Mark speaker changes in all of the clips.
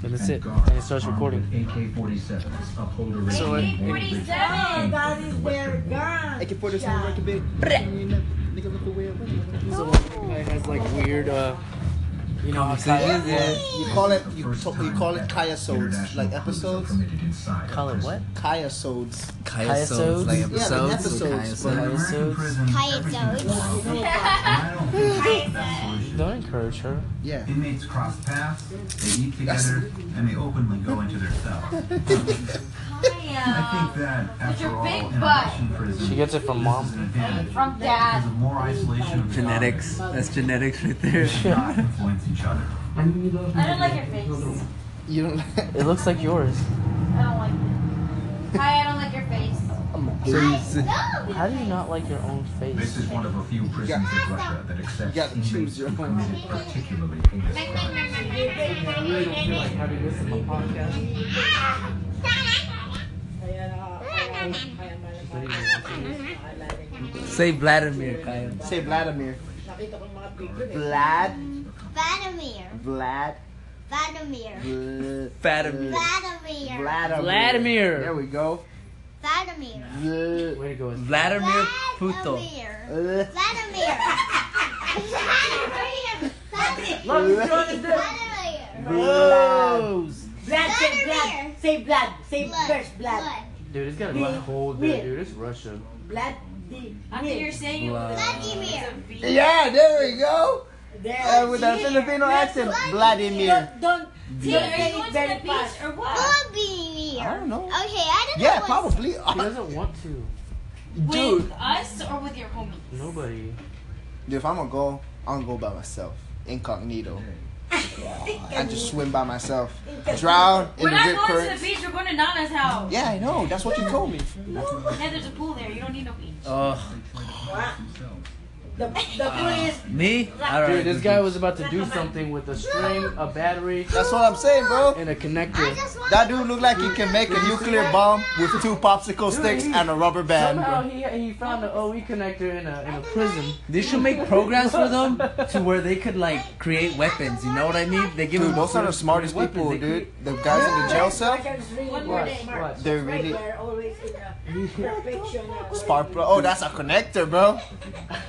Speaker 1: Then that's it. Then it starts
Speaker 2: Um,
Speaker 1: recording.
Speaker 2: AK-47s uphold a regime
Speaker 3: So, like,
Speaker 2: they agree to
Speaker 4: Oh, that is their gun.
Speaker 3: I can put this on like a big. Nigga, look away. So it has like weird, uh, you know, kaya, yeah. you call it you, to, you call it kaya sodes, like episodes.
Speaker 1: Call it what?
Speaker 3: Kaya sodes.
Speaker 1: Kaiasodes?
Speaker 5: like
Speaker 1: Yeah,
Speaker 5: episodes.
Speaker 3: like
Speaker 5: like
Speaker 3: episodes, but-
Speaker 5: kaiasodes.
Speaker 1: Don't encourage her.
Speaker 3: Yeah.
Speaker 2: Inmates cross paths, they eat together, and they openly go into their cells. I think that after
Speaker 6: your
Speaker 2: all,
Speaker 6: big
Speaker 2: in a
Speaker 6: butt.
Speaker 2: Russian prison,
Speaker 1: She gets it from
Speaker 2: this
Speaker 1: mom.
Speaker 2: is an advantage.
Speaker 6: From dad.
Speaker 2: Because of more isolation of the
Speaker 5: Genetics. That's genetics right there.
Speaker 2: dogs, not influence each other.
Speaker 6: I don't like your face.
Speaker 3: You don't.
Speaker 1: It looks like yours.
Speaker 6: I don't like it. Hi, I don't like your face.
Speaker 1: How do you not like your own
Speaker 2: This
Speaker 1: face?
Speaker 2: is one of a few prisons in Russia that accepts
Speaker 3: gotta
Speaker 2: inmates
Speaker 3: choose your
Speaker 2: who
Speaker 3: own.
Speaker 2: committed particularly heinous crimes.
Speaker 5: Say Vladimir, Kaya.
Speaker 3: Say Vladimir. Vlad.
Speaker 4: Vladimir.
Speaker 3: Vlad.
Speaker 4: Vladimir.
Speaker 3: Vl-
Speaker 5: Vladimir.
Speaker 4: Vladimir.
Speaker 3: Vladimir.
Speaker 5: Vladimir.
Speaker 3: There we go.
Speaker 4: Vladimir.
Speaker 3: Vl-
Speaker 1: Way to go.
Speaker 5: Vladimir Puto.
Speaker 4: Vladimir.
Speaker 3: uh,
Speaker 4: Vladimir. Vladimir. Vladimir.
Speaker 3: Vlad.
Speaker 7: Blood, say blood,
Speaker 4: Vladimir.
Speaker 7: say blood, say
Speaker 4: Blood.
Speaker 7: blood, blood,
Speaker 1: Dude, it's got a black hole there, dude. It's Russia.
Speaker 7: blood, the
Speaker 6: I think you're saying it with a
Speaker 4: Vladimir.
Speaker 3: Yeah, there we go.
Speaker 7: there.
Speaker 3: Uh, with a Filipino accent, Vladimir.
Speaker 7: Don't, don't,
Speaker 6: T. Are you
Speaker 7: say
Speaker 6: going
Speaker 7: it
Speaker 6: to
Speaker 7: very
Speaker 6: the
Speaker 7: fast.
Speaker 6: beach or what?
Speaker 4: Vladimir.
Speaker 3: I don't know.
Speaker 4: Okay, I don't
Speaker 3: Yeah,
Speaker 4: know. what's-
Speaker 3: probably.
Speaker 1: She doesn't want to.
Speaker 3: Dude,
Speaker 6: With us or with your homie?
Speaker 1: Nobody.
Speaker 3: Dude, if I'm gonna go, I'm gonna go by myself, incognito. I just swim by myself, drown in
Speaker 6: We're
Speaker 3: the rip
Speaker 6: not going to
Speaker 3: current.
Speaker 6: the beach. We're going to Nana's house.
Speaker 3: Yeah, I know. That's what you told me.
Speaker 6: Yeah, there's a pool there. You don't need no beach.
Speaker 5: Oh,
Speaker 7: The, the police,
Speaker 5: me? I don't
Speaker 1: Dude, this guy was about to do something with a string, a battery,
Speaker 3: That's what I'm saying, bro.
Speaker 1: and a
Speaker 4: I
Speaker 1: connector.
Speaker 4: just want
Speaker 3: That dude looked like he can make a nuclear bomb with two popsicle sticks and a rubber band.
Speaker 1: Somehow
Speaker 3: bro.
Speaker 1: he, he found an OE connector in a, in a prison.
Speaker 5: They should make programs for them to where they could like create weapons. You know what I mean? They give
Speaker 3: Dude,
Speaker 5: them
Speaker 3: those are the
Speaker 5: weapons,
Speaker 3: smartest
Speaker 5: weapons
Speaker 3: people,
Speaker 5: they
Speaker 3: dude.
Speaker 5: create.
Speaker 3: The guys in the jail cell,
Speaker 7: One
Speaker 6: more
Speaker 1: day. Watch.
Speaker 3: they're really
Speaker 7: They're always in a perfection. uh,
Speaker 3: spark, bro. Oh, that's a connector, bro.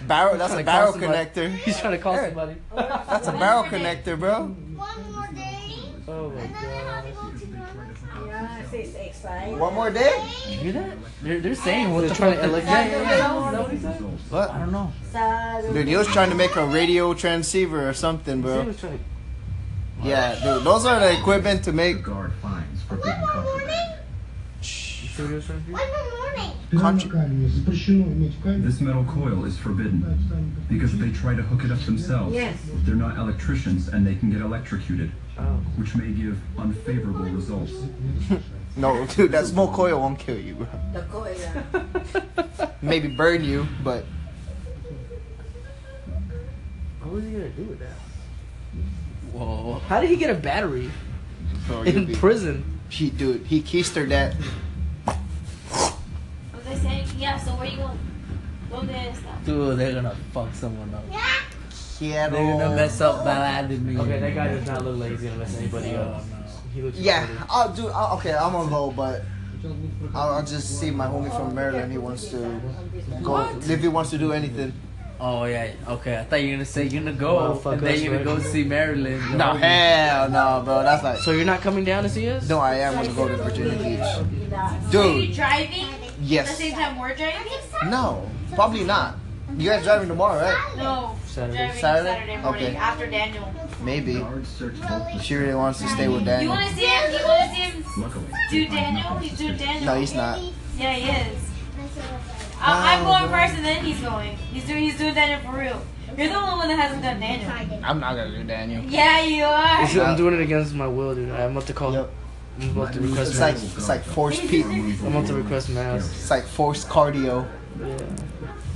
Speaker 3: Barrel, that's a
Speaker 1: Like
Speaker 3: barrel
Speaker 1: somebody-
Speaker 3: connector.
Speaker 1: He's trying to call somebody.
Speaker 4: Oh,
Speaker 3: That's a barrel connector, bro.
Speaker 4: one more day.
Speaker 1: Oh my
Speaker 4: And then I
Speaker 1: god.
Speaker 4: have to go to Nana's house.
Speaker 7: Yeah, it's exciting.
Speaker 3: One more day.
Speaker 5: You hear that? They're, they're saying what
Speaker 1: They're
Speaker 5: the
Speaker 1: trying
Speaker 5: fuck
Speaker 1: to
Speaker 5: they're-
Speaker 1: electrocute
Speaker 3: What?
Speaker 5: I don't know.
Speaker 3: Dude, he was trying to make a radio transceiver or something, bro. Yeah, dude, those are the equipment to
Speaker 2: The
Speaker 3: make
Speaker 2: guard finds
Speaker 4: One
Speaker 2: forbidden
Speaker 4: more
Speaker 2: contraband.
Speaker 4: morning. One more morning.
Speaker 2: This metal coil is forbidden because if they try to hook it up themselves,
Speaker 7: Yes.
Speaker 2: they're not electricians and they can get electrocuted,
Speaker 1: Oh.
Speaker 2: which may give unfavorable results.
Speaker 3: no, dude, that smoke coil won't kill you, bro.
Speaker 7: The coil.
Speaker 3: Maybe burn you, but
Speaker 1: What was he gonna do with that?
Speaker 5: Whoa.
Speaker 1: How did he get a battery
Speaker 3: bro, you'll
Speaker 1: in
Speaker 3: be-
Speaker 1: prison?
Speaker 3: He, dude, he keistered that.
Speaker 6: Was they saying, yeah, so where you going? ¿Dónde está?
Speaker 5: Dude, they're gonna fuck someone up.
Speaker 4: Yeah.
Speaker 3: Yeah,
Speaker 5: They're gonna mess up Vladimir. Oh,
Speaker 1: Okay, that guy does not look like he's gonna mess anybody up.
Speaker 3: Um,
Speaker 1: He looks
Speaker 3: Yeah,
Speaker 1: retarded.
Speaker 3: I'll do. I'll, okay, I'm gonna go, but I'll, I'll just see my homie from Maryland. He wants to go. If he wants to do anything.
Speaker 5: Oh yeah, okay. I thought you were gonna say you're gonna go,
Speaker 1: Well, fuck
Speaker 5: and then
Speaker 1: us,
Speaker 5: you're gonna
Speaker 1: right?
Speaker 5: go see Marilyn. the
Speaker 3: No,
Speaker 5: homie.
Speaker 3: Oh, hell no, bro. That's like.
Speaker 1: So you're not coming down to see us?
Speaker 3: No, I am gonna go to Virginia Beach,
Speaker 6: Are you
Speaker 3: dude.
Speaker 6: driving? At the
Speaker 3: Yes.
Speaker 6: same time we're driving?
Speaker 3: No, probably not. You guys driving tomorrow, right?
Speaker 6: No.
Speaker 1: Saturday.
Speaker 6: Driving
Speaker 3: Saturday?
Speaker 6: Saturday, Saturday morning
Speaker 3: Okay.
Speaker 6: after Daniel.
Speaker 3: Maybe.
Speaker 2: Guards search both the
Speaker 3: She really wants to stay with
Speaker 6: You
Speaker 3: Daniel.
Speaker 6: want to see him? You want to see him
Speaker 2: Luckily,
Speaker 6: do Daniel? He's do Daniel.
Speaker 3: No, he's not.
Speaker 6: Yeah, he is.
Speaker 3: Oh,
Speaker 6: I, I'm going first, and then he's going. He's doing. He's doing Daniel for real. You're the only one that hasn't done Daniel.
Speaker 3: I'm not gonna do Daniel.
Speaker 6: Yeah, you are.
Speaker 1: It's- I'm doing it against my will, dude. I'm about to call.
Speaker 3: Yep.
Speaker 1: I'm about to request.
Speaker 3: It's like
Speaker 1: mass.
Speaker 3: it's like forced peep.
Speaker 1: I'm about to request mass.
Speaker 3: It's like forced cardio.
Speaker 1: Yeah.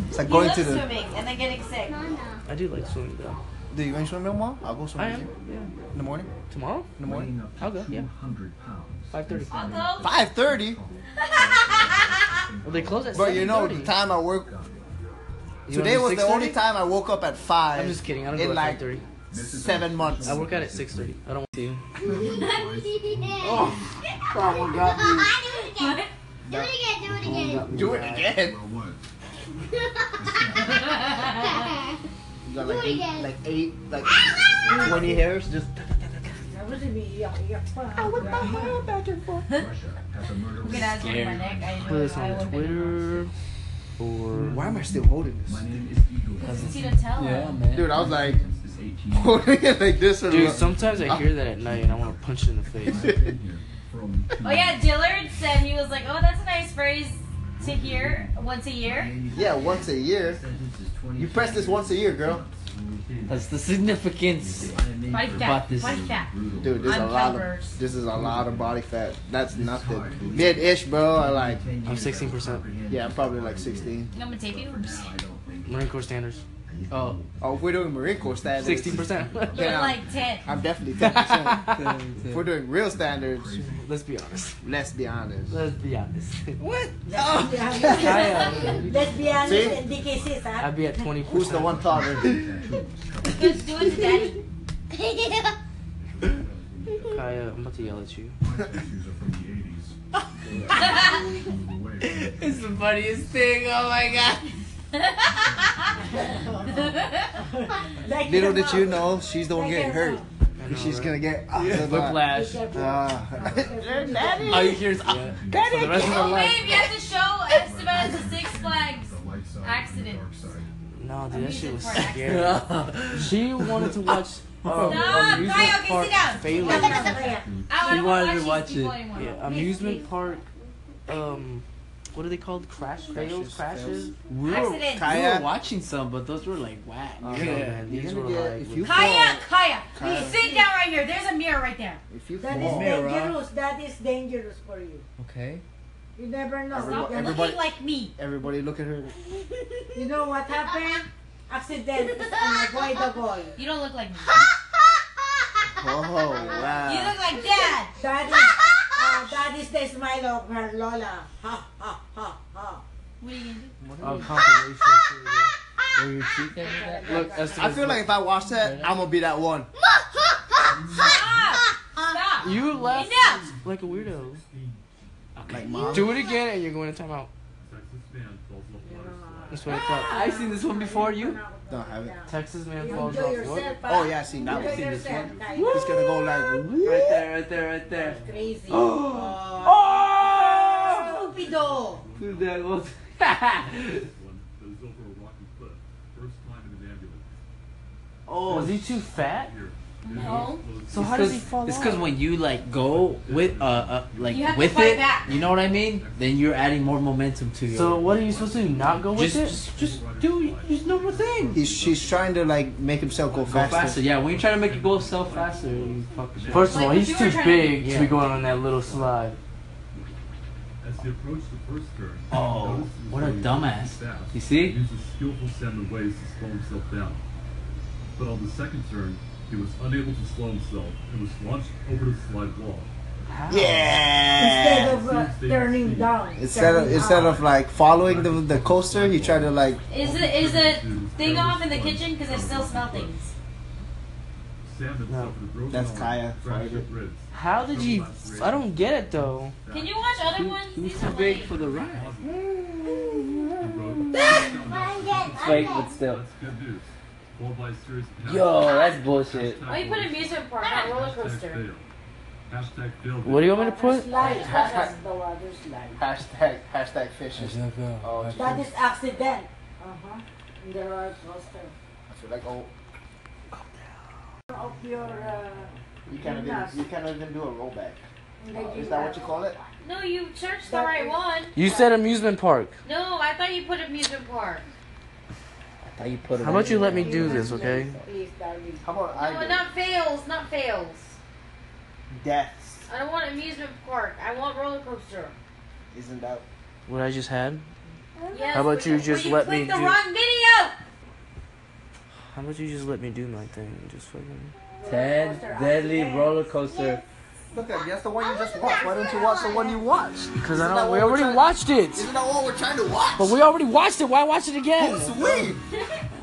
Speaker 3: It's like
Speaker 6: He
Speaker 3: going
Speaker 6: loves
Speaker 3: to the.
Speaker 6: swimming and then getting sick.
Speaker 4: Oh,
Speaker 1: I do like swimming though.
Speaker 3: Do you going swimming tomorrow? I'll go
Speaker 1: I
Speaker 3: swimming with
Speaker 1: am.
Speaker 3: you.
Speaker 1: Yeah.
Speaker 3: in the morning.
Speaker 1: Tomorrow?
Speaker 3: In the morning.
Speaker 1: I'll go, yeah.
Speaker 2: 200 pounds.
Speaker 1: 5:30.
Speaker 6: I'll go.
Speaker 3: Five thirty.
Speaker 1: Well, they close at.
Speaker 3: But you know
Speaker 1: 7:30.
Speaker 3: the time I work.
Speaker 1: You
Speaker 3: Today
Speaker 1: wanna do
Speaker 3: was the
Speaker 1: 6:30?
Speaker 3: only time I woke up at five.
Speaker 1: I'm just kidding. I don't
Speaker 3: in
Speaker 1: go at
Speaker 3: like
Speaker 1: 5:30.
Speaker 3: seven months.
Speaker 1: I work out at 6:30. I don't want to.
Speaker 4: Oh,
Speaker 3: someone
Speaker 4: do it again. Do it again. Do it again.
Speaker 3: Do it again. You got like
Speaker 4: Do it
Speaker 3: eight,
Speaker 4: again.
Speaker 3: like eight, like twenty hairs. Just
Speaker 7: That was me. Yeah, yeah.
Speaker 6: I'm gonna ask my neck. I
Speaker 1: Put
Speaker 6: know
Speaker 1: this
Speaker 6: I
Speaker 1: on Twitter
Speaker 6: wouldn't.
Speaker 1: or
Speaker 3: why am I still holding this?
Speaker 6: It's Tito Tella.
Speaker 5: Yeah, man.
Speaker 3: Dude, I was like holding it like this. or
Speaker 1: Dude,
Speaker 3: what?
Speaker 1: sometimes I hear that at night and I want to punch it in the face.
Speaker 6: Oh yeah, Dillard said he was like, "Oh, that's a nice phrase to hear once a year."
Speaker 3: yeah, once a year. You press this once a year, girl.
Speaker 5: That's the significance.
Speaker 6: Fight
Speaker 5: But
Speaker 6: that.
Speaker 5: this
Speaker 6: Fight
Speaker 5: is
Speaker 6: that.
Speaker 3: Dude, there's a
Speaker 6: I'm
Speaker 3: lot
Speaker 6: Calvert's.
Speaker 3: of this is a lot of body fat. That's nothing.
Speaker 2: hard.
Speaker 3: Mid ish, bro. I like
Speaker 1: I'm 16%.
Speaker 3: yeah, I'm probably like 16.
Speaker 6: I'm gonna tape you.
Speaker 1: Marine Corps standards. Oh,
Speaker 3: Oh, if we're doing Marine Corps standards,
Speaker 1: 16%.
Speaker 6: You're
Speaker 3: Yeah.
Speaker 6: like ten.
Speaker 3: I'm definitely 10. percent If we're
Speaker 5: Dude,
Speaker 3: doing real standards,
Speaker 1: Let's be honest.
Speaker 3: let's be honest.
Speaker 1: Let's be honest.
Speaker 5: What?
Speaker 7: Yeah. Let's be honest
Speaker 3: See?
Speaker 7: and DKC, huh?
Speaker 1: I'd be at 20%.
Speaker 3: Who's the one talking?
Speaker 6: Let's do it to daddy.
Speaker 1: Kaya, I'm about to yell at you.
Speaker 5: It's the funniest thing. Oh my god.
Speaker 7: Like
Speaker 3: Little
Speaker 7: the
Speaker 3: did you
Speaker 7: mom.
Speaker 3: know, she's the one
Speaker 7: Like
Speaker 3: getting
Speaker 7: the
Speaker 3: hurt.
Speaker 7: mom.
Speaker 1: I know,
Speaker 3: She's
Speaker 1: right?
Speaker 3: gonna get ah,
Speaker 1: Whiplash.
Speaker 7: Like the mom.
Speaker 3: Ah.
Speaker 5: All you hear is. ah.
Speaker 1: Yeah. For the rest of my
Speaker 6: Oh
Speaker 1: life.
Speaker 6: babe, you have to show Esteban the Six Flags accident.
Speaker 1: No, dude, that shit was
Speaker 6: I'm using
Speaker 1: scary. She wanted to watch. Um,
Speaker 6: Stop,
Speaker 1: amusement
Speaker 6: Kaya, okay, sit
Speaker 1: park
Speaker 6: down.
Speaker 1: failure.
Speaker 6: Oh, I
Speaker 5: She wanted
Speaker 6: don't want
Speaker 5: to
Speaker 6: to
Speaker 5: watch
Speaker 6: watch these people
Speaker 5: it.
Speaker 6: anymore.
Speaker 1: Yeah, amusement park. Um, what are they called? Crash fails, crashes.
Speaker 5: We were, we
Speaker 6: Accident.
Speaker 5: were
Speaker 1: uh,
Speaker 3: Kayak.
Speaker 5: watching some, but those were like whack.
Speaker 3: Uh,
Speaker 1: Yeah, man,
Speaker 3: you're
Speaker 1: these
Speaker 3: gonna
Speaker 1: were
Speaker 3: get-
Speaker 1: like-
Speaker 3: if you
Speaker 6: Kaya,
Speaker 3: fall,
Speaker 6: Kaya,
Speaker 3: Kaya.
Speaker 6: sit down right here. There's a mirror right there.
Speaker 3: if you
Speaker 7: That is
Speaker 3: fall,
Speaker 5: Mirror.
Speaker 7: dangerous. That is dangerous for you.
Speaker 5: Okay.
Speaker 7: You never know.
Speaker 6: Stop
Speaker 7: You know-
Speaker 3: everybody-
Speaker 6: looking like me.
Speaker 3: everybody look at her.
Speaker 7: You know what happened? Accident is unavoidable.
Speaker 6: You don't look like me.
Speaker 3: Oh
Speaker 6: You
Speaker 3: wow!
Speaker 6: look like dad.
Speaker 7: That is, uh, that is the smile of her Lola. Ha ha ha ha.
Speaker 6: What are you gonna do?
Speaker 1: Oh, compilation.
Speaker 5: Were your teeth ever that?
Speaker 1: Look,
Speaker 3: I feel like if I watch that, I'm gonna be that one.
Speaker 6: Stop! Stop!
Speaker 1: you left
Speaker 6: Enough!
Speaker 1: like a weirdo.
Speaker 3: Like mom.
Speaker 1: Do it again, and you're going to timeout. That's what I thought.
Speaker 5: I've seen this one before you.
Speaker 3: No, I haven't.
Speaker 1: Texas man falls
Speaker 7: Enjoy
Speaker 1: off.
Speaker 7: yourself.
Speaker 1: What?
Speaker 3: Oh yeah, I seen that
Speaker 7: Enjoy
Speaker 3: one.
Speaker 7: yourself. guys.
Speaker 3: He's gonna go like. "Woo."
Speaker 5: Right there, right there, right there.
Speaker 7: Crazy. Uh,
Speaker 5: Oh!
Speaker 7: Stupido.
Speaker 5: Dude, that was.
Speaker 1: Oh, is he too fat?
Speaker 6: No.
Speaker 1: So how does he fall
Speaker 5: It's
Speaker 1: off?
Speaker 5: because when you like go with uh, uh like
Speaker 6: You have to
Speaker 5: with
Speaker 6: fight
Speaker 5: it,
Speaker 6: back.
Speaker 5: you know what I mean? Then you're adding more momentum to your.
Speaker 1: So what are you supposed to do? Not go with
Speaker 5: just,
Speaker 1: it?
Speaker 5: just, just do just normal thing.
Speaker 3: He's, she's trying to like make himself go
Speaker 5: Go
Speaker 3: faster.
Speaker 5: faster, yeah. When you try to make it go so faster, you fuck it up.
Speaker 1: First of
Speaker 6: Like
Speaker 1: all,
Speaker 6: what
Speaker 1: he's
Speaker 6: you
Speaker 1: too
Speaker 6: were trying to
Speaker 1: big
Speaker 5: do.
Speaker 1: to be going on that little slide.
Speaker 8: As he approached the first turn,
Speaker 5: Oh,
Speaker 8: notice he was
Speaker 5: what a
Speaker 8: running
Speaker 5: dumbass.
Speaker 8: too fast.
Speaker 5: You see?
Speaker 8: He used his skillful salmon ways to slow himself down. But on the second turn, he was unable to slow himself and was launched over the slide wall.
Speaker 7: Instead
Speaker 3: Yeah.
Speaker 7: of uh, turning down.
Speaker 3: Instead of
Speaker 7: turning
Speaker 3: instead
Speaker 7: up.
Speaker 3: of like following the the coaster, he tried to like.
Speaker 6: Is the is the thing off in the kitchen? Because I still smell things.
Speaker 8: Salmon
Speaker 1: No,
Speaker 8: suffered a broken
Speaker 3: that's
Speaker 8: arm,
Speaker 3: Kaya.
Speaker 8: fractured ribs.
Speaker 1: How did you? I don't get it though.
Speaker 6: Can you watch other ones? These are
Speaker 5: too big
Speaker 6: funny.
Speaker 5: for the ride.
Speaker 8: He rode- That's
Speaker 5: Wait, but still.
Speaker 8: good news. Followed by a series of
Speaker 5: Yo,
Speaker 8: hashtags.
Speaker 5: that's bullshit.
Speaker 8: Hashtag
Speaker 6: Oh, you put
Speaker 8: works.
Speaker 6: amusement park on a roller
Speaker 8: Hashtag
Speaker 6: coaster.
Speaker 8: fail. Hashtag failed.
Speaker 1: What do you want me to put?
Speaker 7: Slide. That is the water slide.
Speaker 3: Hashtag hashtag uh, fishes.
Speaker 5: Oh,
Speaker 7: That is accident. Uh-huh. In the roller coaster.
Speaker 3: I feel like oh,
Speaker 7: Of your, uh,
Speaker 3: you can't even you can't even do a rollback. Is that what you call it?
Speaker 6: No, you searched the right one.
Speaker 1: You said amusement park.
Speaker 6: No, I thought you put amusement park.
Speaker 5: I thought you put it.
Speaker 1: How
Speaker 5: in.
Speaker 1: about you let me do this, okay?
Speaker 7: Please, darling.
Speaker 3: How about
Speaker 6: No,
Speaker 3: I do
Speaker 6: not fails, not fails.
Speaker 3: deaths?
Speaker 6: I don't want amusement park. I want roller coaster.
Speaker 3: Isn't that
Speaker 1: What I just had?
Speaker 6: Yes,
Speaker 1: How about
Speaker 6: but
Speaker 1: you
Speaker 6: but
Speaker 1: just
Speaker 6: you
Speaker 1: let
Speaker 6: clicked
Speaker 1: me
Speaker 6: the
Speaker 1: do-
Speaker 6: wrong video.
Speaker 1: How about you just let me do my thing? Just fucking.
Speaker 5: Ted Deadly Roller Coaster.
Speaker 3: Look at that's the one you just watched. Why don't you watch the one you watched?
Speaker 1: Because
Speaker 3: Isn't
Speaker 1: I
Speaker 3: that
Speaker 1: don't.
Speaker 3: what
Speaker 1: We
Speaker 3: we're
Speaker 1: already
Speaker 3: trying-
Speaker 1: watched it.
Speaker 3: Isn't that what we're trying to watch?
Speaker 1: But we already watched it. Why watch it again?
Speaker 3: Who's we?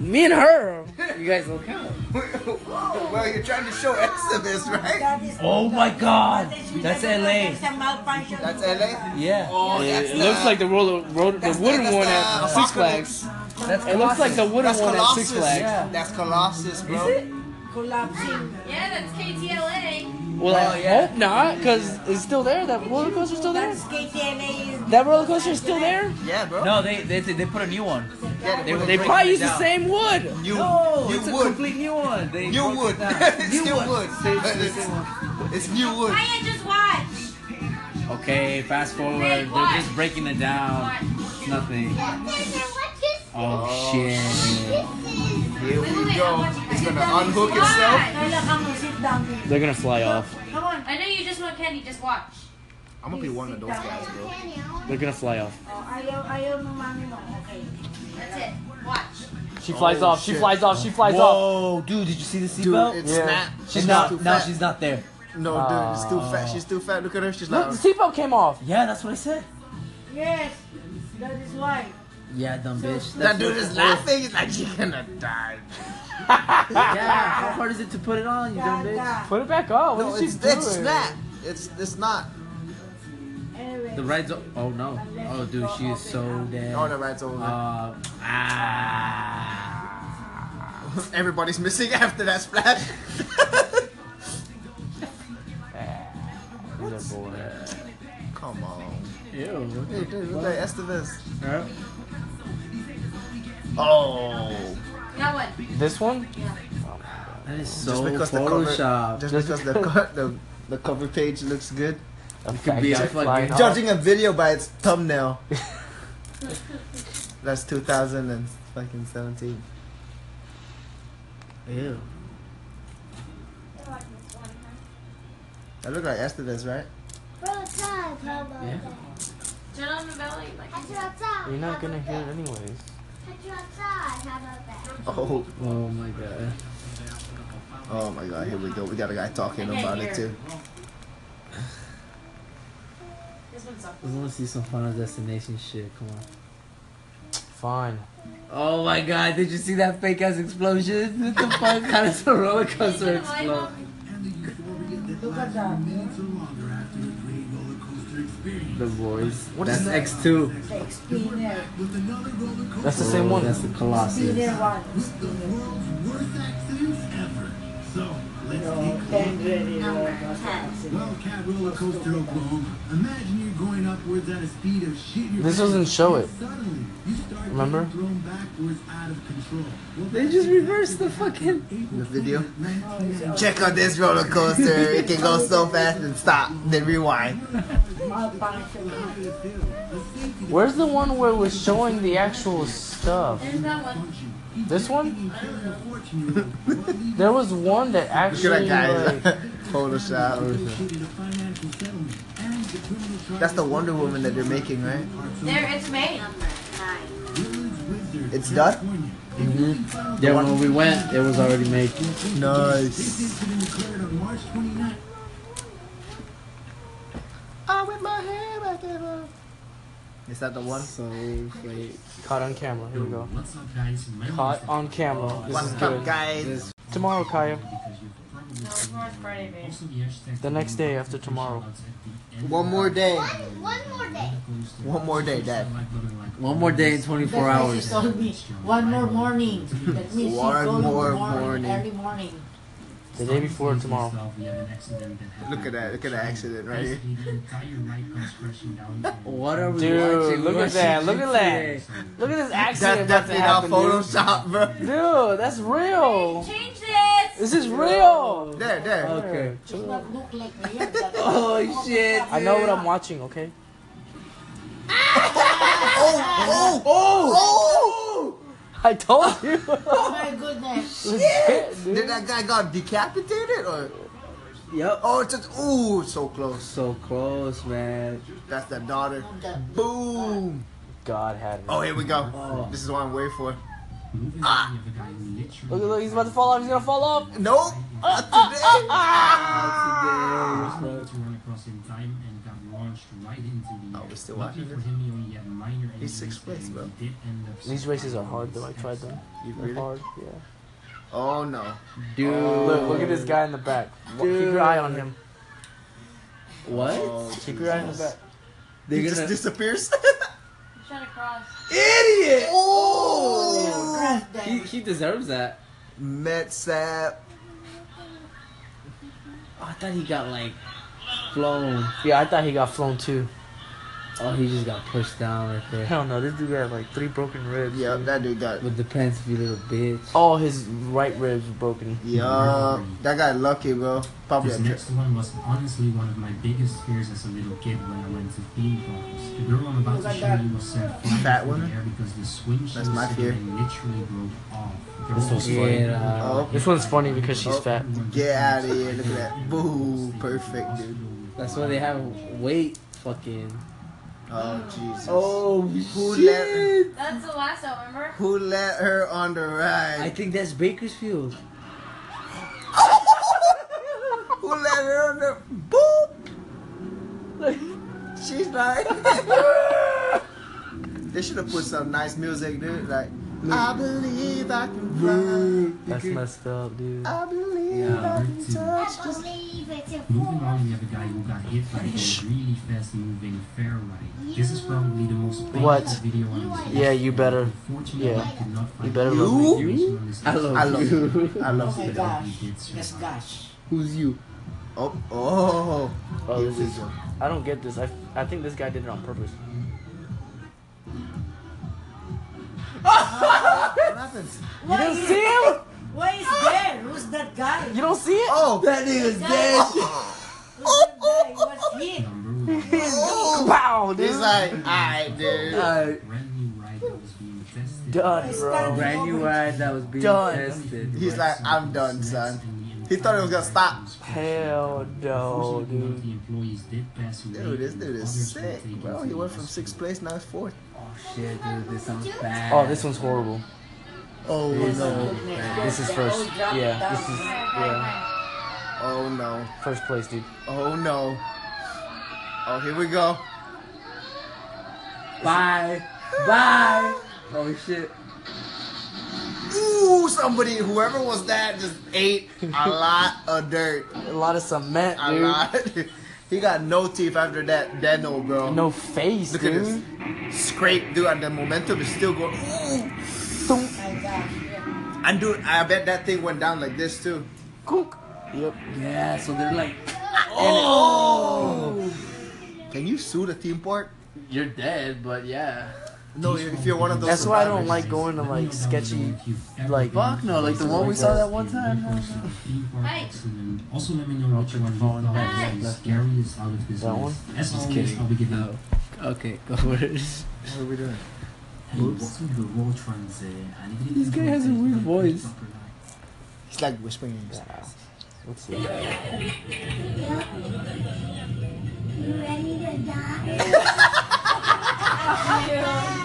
Speaker 1: Me and her. You guys don't count.
Speaker 3: well, you're trying to show exhibits, right?
Speaker 7: That is.
Speaker 5: Oh my God, that's LA.
Speaker 7: There's a malfunction.
Speaker 3: That's LA?
Speaker 5: Yeah,
Speaker 3: Oh,
Speaker 1: it
Speaker 3: that's
Speaker 1: it looks
Speaker 3: the-
Speaker 1: like the roller, roller the
Speaker 3: that's
Speaker 1: wooden
Speaker 3: that's
Speaker 1: one
Speaker 3: the
Speaker 1: at Six
Speaker 3: Apocalypse.
Speaker 1: Flags.
Speaker 5: that's
Speaker 1: It looks like the wooden
Speaker 3: That's
Speaker 1: one at
Speaker 3: Colossus.
Speaker 1: Six Flags.
Speaker 5: Yeah.
Speaker 3: That's Colossus, bro.
Speaker 5: Is it?
Speaker 7: collapsing.
Speaker 6: Yeah, that's KTLA.
Speaker 1: Well, I
Speaker 5: Oh, yeah.
Speaker 1: hope not, cause it's still there. That roller coaster's still there.
Speaker 7: That's KTLA. is-
Speaker 1: That roller coaster's still there.
Speaker 3: Yeah, bro.
Speaker 5: No, they, they they put a new one.
Speaker 3: Yeah,
Speaker 5: they-
Speaker 3: put a
Speaker 5: they
Speaker 3: brick
Speaker 1: Probably use the
Speaker 5: down.
Speaker 1: same wood.
Speaker 3: You,
Speaker 5: No,
Speaker 3: you
Speaker 5: it's a
Speaker 3: would.
Speaker 5: complete new one. They
Speaker 3: You
Speaker 5: broke it
Speaker 3: would.
Speaker 5: down.
Speaker 3: it's
Speaker 5: You
Speaker 3: still wood.
Speaker 5: Same-
Speaker 3: But
Speaker 5: same-
Speaker 3: it's,
Speaker 5: same one.
Speaker 3: it's new wood.
Speaker 6: Ryan, just watch.
Speaker 5: Okay, fast forward.
Speaker 6: Wait,
Speaker 5: They're
Speaker 6: what?
Speaker 5: just breaking it down. It's nothing.
Speaker 4: What
Speaker 5: Oh,
Speaker 3: Oh,
Speaker 5: shit.
Speaker 4: this is?
Speaker 3: Here
Speaker 6: Wait, wait, wait,
Speaker 3: we
Speaker 6: I'm
Speaker 3: go.
Speaker 6: watching
Speaker 3: It's
Speaker 6: guys.
Speaker 3: gonna unhook itself.
Speaker 7: Lola, come on, sit down. please.
Speaker 1: They're gonna fly off.
Speaker 6: Come on. I know you just want candy. Just watch.
Speaker 3: I'm gonna be one of those guys, bro.
Speaker 1: They're gonna fly off.
Speaker 7: Oh, ayaw, ayaw ng mami mo. Okay.
Speaker 6: That's it. Watch.
Speaker 1: She flies off. She
Speaker 3: shit.
Speaker 1: flies off. She flies off.
Speaker 5: Whoa, dude, did you see the seatbelt?
Speaker 3: it's
Speaker 1: Yeah.
Speaker 3: not.
Speaker 5: She's
Speaker 3: it's
Speaker 5: not.
Speaker 3: too
Speaker 5: Now
Speaker 3: fat.
Speaker 5: she's not there.
Speaker 3: No, dude, it's too fat. She's too fat. Look at her. She's
Speaker 1: Look,
Speaker 3: like.
Speaker 1: the seatbelt came off.
Speaker 5: Yeah, that's what I said.
Speaker 7: Yes, that is why.
Speaker 5: Yeah, dumb bitch.
Speaker 3: That dude is laughing. He's like, you're gonna die.
Speaker 5: Yeah, how hard is it to put it on, you dumb bitch?
Speaker 7: Gaga.
Speaker 1: Put it back on. What
Speaker 3: No,
Speaker 1: did she
Speaker 3: it's,
Speaker 1: do?
Speaker 3: it's not. It's it's not.
Speaker 7: Anyway.
Speaker 5: The ride's. o- Oh no. Oh, dude, she is so dead.
Speaker 3: Oh, the ride's over.
Speaker 5: Uh, ah.
Speaker 3: Everybody's missing after that splash. Come on.
Speaker 5: Ew.
Speaker 3: Hey, dude, look at Estevez.
Speaker 5: Huh?
Speaker 3: Oh.
Speaker 6: That one.
Speaker 1: This one?
Speaker 5: That is so
Speaker 3: Just because the cover,
Speaker 5: Photoshop.
Speaker 3: just because the, co- the the cover page looks good.
Speaker 1: You
Speaker 5: could be a fucking-
Speaker 3: Judging a video by its thumbnail. That's 2017.
Speaker 5: Ew.
Speaker 3: I look like Estevez, right?
Speaker 5: Yeah.
Speaker 6: Turn on the belly. Like.
Speaker 1: You're not gonna hear it anyways.
Speaker 3: Oh.
Speaker 5: Oh my god.
Speaker 3: Oh my god, here we go. We got a guy talking
Speaker 6: I can't
Speaker 3: about
Speaker 6: hear.
Speaker 3: it too.
Speaker 6: This one sucks.
Speaker 5: I want to see some Final Destination shit. Come on.
Speaker 1: Fine.
Speaker 5: Oh my god, did you see that fake ass explosion? What the fuck? How does a roller coaster
Speaker 6: Turn the light
Speaker 5: explode?
Speaker 6: off.
Speaker 7: Look at that.
Speaker 5: The voice.
Speaker 3: What
Speaker 5: that's
Speaker 3: is that?
Speaker 5: X2.
Speaker 7: The spinner.
Speaker 1: That's the same
Speaker 5: Oh,
Speaker 1: one.
Speaker 5: That's the Colossus.
Speaker 7: Spinner one. Spinner. No, temporary roller coaster accident.
Speaker 1: This doesn't show it. Remember?
Speaker 5: They just reversed the fucking.
Speaker 3: In the video. Check out this roller coaster. It can go so fast and stop, then rewind.
Speaker 7: Malfunction.
Speaker 1: Where's the one where we're showing the actual stuff?
Speaker 6: There's that one.
Speaker 1: This one? there was one that
Speaker 3: Look at
Speaker 1: actually. like-
Speaker 3: that guy. Photoshop. or something. That's the Wonder Woman that they're making, right?
Speaker 6: There, it's made.
Speaker 3: It's done?
Speaker 5: Mm-hmm. Yeah,
Speaker 3: one-
Speaker 5: when we went, it was already made.
Speaker 3: Nice. I whip my hair back and forth. Is that the one?
Speaker 5: So fake.
Speaker 1: Caught on camera. Here we go.
Speaker 9: What's up, guys? My name
Speaker 1: Caught on camera. This is
Speaker 3: What's up,
Speaker 1: good.
Speaker 3: guys?
Speaker 1: Tomorrow, Kaya.
Speaker 9: because you probably
Speaker 6: No, tomorrow's Friday, babe.
Speaker 9: also the hashtag
Speaker 1: The next day after tomorrow.
Speaker 9: at the end.
Speaker 3: One more day.
Speaker 4: One more day.
Speaker 3: One more day, Dad.
Speaker 5: One more day in 24
Speaker 7: That's what she
Speaker 5: hours.
Speaker 7: told me. One more morning. That means she
Speaker 3: One
Speaker 7: told me
Speaker 3: more morning.
Speaker 7: Early morning.
Speaker 1: The day before tomorrow.
Speaker 3: Look at that. Look at that accident right here.
Speaker 5: What are we
Speaker 1: Dude,
Speaker 5: watching?
Speaker 1: look
Speaker 5: We
Speaker 1: at that,
Speaker 5: watching
Speaker 1: look at that.
Speaker 5: GTA.
Speaker 1: Look at this
Speaker 3: That's
Speaker 1: accident about to
Speaker 3: definitely not
Speaker 1: happen, dude.
Speaker 3: Photoshop, bro.
Speaker 1: Dude, that's real.
Speaker 6: Change this.
Speaker 1: This is real.
Speaker 3: There, there.
Speaker 5: Okay.
Speaker 7: Does not look like me. That's
Speaker 5: Oh shit.
Speaker 1: I know what I'm watching, okay?
Speaker 3: Oh, oh,
Speaker 1: I told you.
Speaker 7: Oh my goodness.
Speaker 1: Legit,
Speaker 3: oh!
Speaker 1: dude.
Speaker 3: Did that guy got decapitated or?
Speaker 5: Yep.
Speaker 3: Oh, it's just ooh, so close.
Speaker 5: So close, man.
Speaker 3: That's the daughter. Boom.
Speaker 1: God had me.
Speaker 3: Oh, here we go. This is what I'm waiting for.
Speaker 1: Look, look, he's about to fall off. He's gonna fall off.
Speaker 3: Nope. Not today.
Speaker 5: Not today.
Speaker 9: To run across in time and got launched
Speaker 10: launched right into the
Speaker 1: Oh,
Speaker 10: air.
Speaker 1: we're still
Speaker 10: Luckily
Speaker 1: watching
Speaker 10: for him, he only had minor
Speaker 3: He's
Speaker 10: injuries,
Speaker 3: sixth place,
Speaker 10: and
Speaker 3: bro.
Speaker 10: he did end up
Speaker 1: These races are
Speaker 10: surviving
Speaker 1: hard
Speaker 10: his
Speaker 1: though. I tried them.
Speaker 10: accident.
Speaker 3: You
Speaker 1: They're
Speaker 3: really?
Speaker 1: hard. Yeah.
Speaker 3: Oh no.
Speaker 5: Dude.
Speaker 1: Look, look at this guy in the back. Wa- Keep your eye on him.
Speaker 5: What?
Speaker 3: Oh,
Speaker 1: Keep your eye on the
Speaker 3: Jesus.
Speaker 1: back.
Speaker 5: They're
Speaker 3: he
Speaker 5: gonna.
Speaker 3: just disappears.
Speaker 6: I'm trying to cross.
Speaker 5: idiot!
Speaker 3: oh,
Speaker 7: Cross them.
Speaker 5: He, he deserves that.
Speaker 3: Met Sap.
Speaker 5: Oh, I thought he got like flown.
Speaker 1: Yeah, I thought he got flown too.
Speaker 5: Oh, he just got pushed down right there.
Speaker 1: Hell no, this dude got like three broken ribs.
Speaker 3: Yeah,
Speaker 1: dude.
Speaker 3: that dude got.
Speaker 5: With the pants, you little bitch.
Speaker 1: All his right ribs were broken.
Speaker 3: Yup, that guy lucky, bro. Probably
Speaker 10: This
Speaker 3: a
Speaker 10: next one was honestly one of my biggest fears as a little kid when I went to theme parks. The girl I'm about to show you was sent flying
Speaker 3: Fat
Speaker 10: through
Speaker 3: woman?
Speaker 10: the air because the swing she
Speaker 3: That's
Speaker 10: was
Speaker 3: my
Speaker 10: sitting
Speaker 3: fear.
Speaker 10: in literally broke off.
Speaker 5: This one's funny.
Speaker 3: Oh.
Speaker 1: This one's funny because she's
Speaker 3: Oh.
Speaker 1: fat.
Speaker 3: Get outta here, look at that. Boo, perfect, dude.
Speaker 5: That's why they have weight. Fucking.
Speaker 3: Oh Jesus.
Speaker 5: who
Speaker 3: shit.
Speaker 5: let-
Speaker 6: That's the last one, remember?
Speaker 3: Who let her on the
Speaker 5: I
Speaker 3: ride?
Speaker 5: think that's Bakersfield.
Speaker 3: Who let her on the boop? She's like. they should have put some nice music, dude. Like, I believe I can fly.
Speaker 1: That's messed up, dude.
Speaker 3: I believe
Speaker 10: Yeah,
Speaker 3: I
Speaker 10: me
Speaker 3: can
Speaker 10: too.
Speaker 3: touch.
Speaker 4: I believe it's a
Speaker 10: Moving
Speaker 4: four.
Speaker 10: on, we have a guy who got hit by a really fast-moving fair light. This is probably the most
Speaker 1: What?
Speaker 10: famous video on this
Speaker 1: Yeah, you better.
Speaker 10: Unfortunately,
Speaker 1: Yeah.
Speaker 10: I could not find
Speaker 1: better
Speaker 10: any
Speaker 1: love
Speaker 3: me.
Speaker 10: information on this
Speaker 5: I love
Speaker 3: I love
Speaker 5: you.
Speaker 3: you. I
Speaker 7: Oh
Speaker 3: love
Speaker 7: my
Speaker 3: you.
Speaker 7: gosh. Yes, gosh.
Speaker 5: Who's you?
Speaker 3: Oh, oh.
Speaker 1: Oh, this is. I don't get this. I, I think this guy did it on purpose.
Speaker 3: What happens?
Speaker 7: Why
Speaker 1: don't
Speaker 7: is-
Speaker 1: see him?
Speaker 7: Why is there? Who's that guy?
Speaker 1: You don't see it?
Speaker 3: Oh,
Speaker 5: That nigga's dead.
Speaker 7: Who's that guy? What's he?
Speaker 10: number one.
Speaker 1: Wow, dude.
Speaker 3: He's like, alright, dude.
Speaker 5: Alright.
Speaker 10: Brand new ride that was being tested.
Speaker 1: Done, bro.
Speaker 5: Brand new ride that was being
Speaker 1: Oh. Done.
Speaker 5: tested.
Speaker 3: He's like, I'm done, son. He thought it was gonna stop.
Speaker 1: Hell no, dude.
Speaker 10: Dude,
Speaker 3: Dude, this dude is sick, bro. He went from sixth place, now he's fourth.
Speaker 5: Oh shit, dude, this sounds bad.
Speaker 1: Oh, this one's horrible.
Speaker 3: Oh no.
Speaker 1: This is
Speaker 7: They
Speaker 1: first.
Speaker 7: all dropped
Speaker 1: Yeah,
Speaker 7: down.
Speaker 1: this is yeah.
Speaker 3: Oh no.
Speaker 1: First place, dude.
Speaker 3: Oh no. Oh, here we go.
Speaker 5: Bye. Bye. Oh shit.
Speaker 3: Ooh, somebody, whoever was that, just ate a lot of dirt.
Speaker 1: A lot of cement,
Speaker 3: A
Speaker 1: dude.
Speaker 3: lot. he got no teeth after that dental, bro.
Speaker 1: No face,
Speaker 3: Look at
Speaker 1: dude.
Speaker 3: this. Scrape, dude, and the momentum is still going. Ooh.
Speaker 7: Oh my gosh.
Speaker 3: And dude, I bet that thing went down like this too.
Speaker 1: Cook. Yep.
Speaker 5: Yeah, so they're like,
Speaker 1: Oh.
Speaker 3: Can you sue the team port?
Speaker 5: you're dead, but yeah.
Speaker 3: No, if you're one of those.
Speaker 1: That's why I don't
Speaker 3: survivors.
Speaker 1: like going to like sketchy. like-
Speaker 5: Fuck no, like the one we saw that one time. hell no.
Speaker 6: Hey.
Speaker 10: Also, let me know which one you
Speaker 5: phone.
Speaker 10: thought
Speaker 5: Hey.
Speaker 10: was the scariest out of this
Speaker 1: That one?
Speaker 10: list. As
Speaker 5: Just
Speaker 10: always,
Speaker 5: kidding.
Speaker 10: I'll be giving
Speaker 5: No. Okay, go for it.
Speaker 3: What are we doing?
Speaker 10: Hey, what's with the wall trans there? I didn't
Speaker 5: This guy
Speaker 10: know
Speaker 5: has a
Speaker 10: that
Speaker 5: weird
Speaker 10: you
Speaker 5: voice.
Speaker 10: proper line.
Speaker 3: It's like whispering in his
Speaker 1: Let's see.
Speaker 4: You ready to die?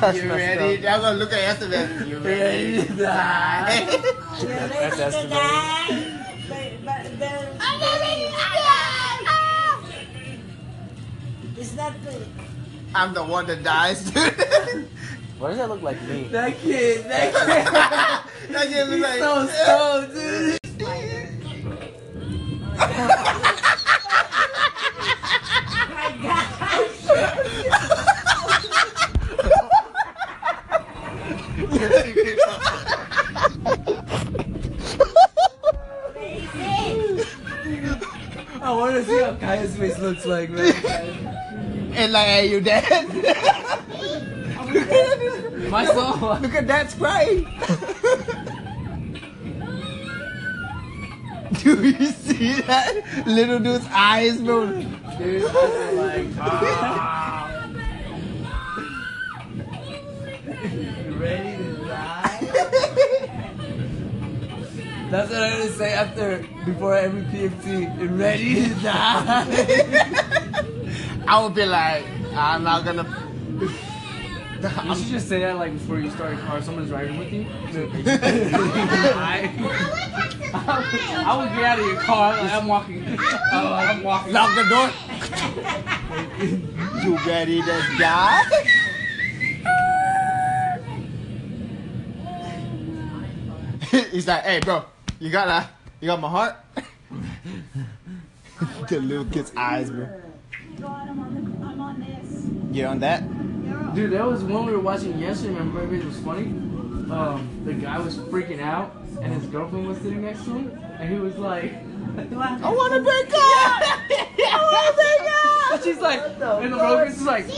Speaker 1: That's
Speaker 3: You
Speaker 1: messed
Speaker 3: ready?
Speaker 1: up.
Speaker 3: I'm gonna look at Esteban. You ready?
Speaker 7: You're
Speaker 1: That's
Speaker 7: ready to
Speaker 1: estimated.
Speaker 7: die. But, but there,
Speaker 4: I'm not ready to die! Ah!
Speaker 7: is that the,
Speaker 3: I'm the one that dies, dude.
Speaker 1: Why does that look like me?
Speaker 5: That kid, that
Speaker 3: that kid was like,
Speaker 5: stoned, dude.
Speaker 7: my gosh.
Speaker 5: I want to see how Kaya's face looks like, man.
Speaker 3: and like, are you dead?
Speaker 5: My soul.
Speaker 3: look at that sprite. Do you see that little dude's eyes, bro?
Speaker 5: Dude, I'm like, ah. ready to die? That's what I'm gonna say after, before every PFT. Ready to die?
Speaker 3: I would be like, I'm not gonna.
Speaker 5: You should just say that like before you start a car, someone's riding with you. I,
Speaker 4: I would have to
Speaker 5: I would get out of your car. I'm walking. I'm walking.
Speaker 3: Lock the door. You ready to die? He's like, hey, bro, you got that? You got my heart? the little kid's eyes, bro. You're on that?
Speaker 1: Dude, there was one we were watching yesterday. Remember, it was funny. Um, the guy was freaking out, and his girlfriend was sitting next to him, and he was like,
Speaker 3: I wanna break up! I wanna break up!
Speaker 1: she's like, and the broker's just like,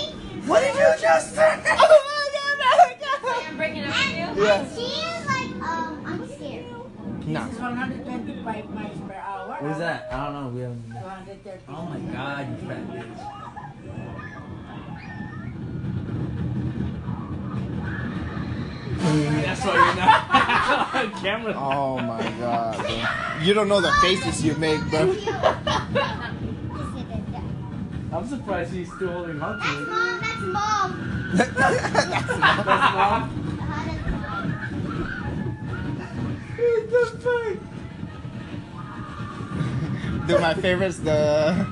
Speaker 3: What did you just say?
Speaker 6: I'm breaking up with you.
Speaker 3: Yeah.
Speaker 4: She is like, um, I'm scared.
Speaker 3: Nah.
Speaker 7: It's 125 miles per hour.
Speaker 5: What is that? I don't know. We haven't.
Speaker 7: 230.
Speaker 5: Oh my god, you fat bitch.
Speaker 1: that's why you're not on camera.
Speaker 3: Oh my god, bro. You don't know the faces you make, bro.
Speaker 4: She said that, yeah.
Speaker 1: I'm surprised he's still holding on
Speaker 4: That's
Speaker 1: to it.
Speaker 4: mom, that's mom.
Speaker 1: That's mom.
Speaker 4: Uh, that's mom.
Speaker 3: Dude, my favorite's the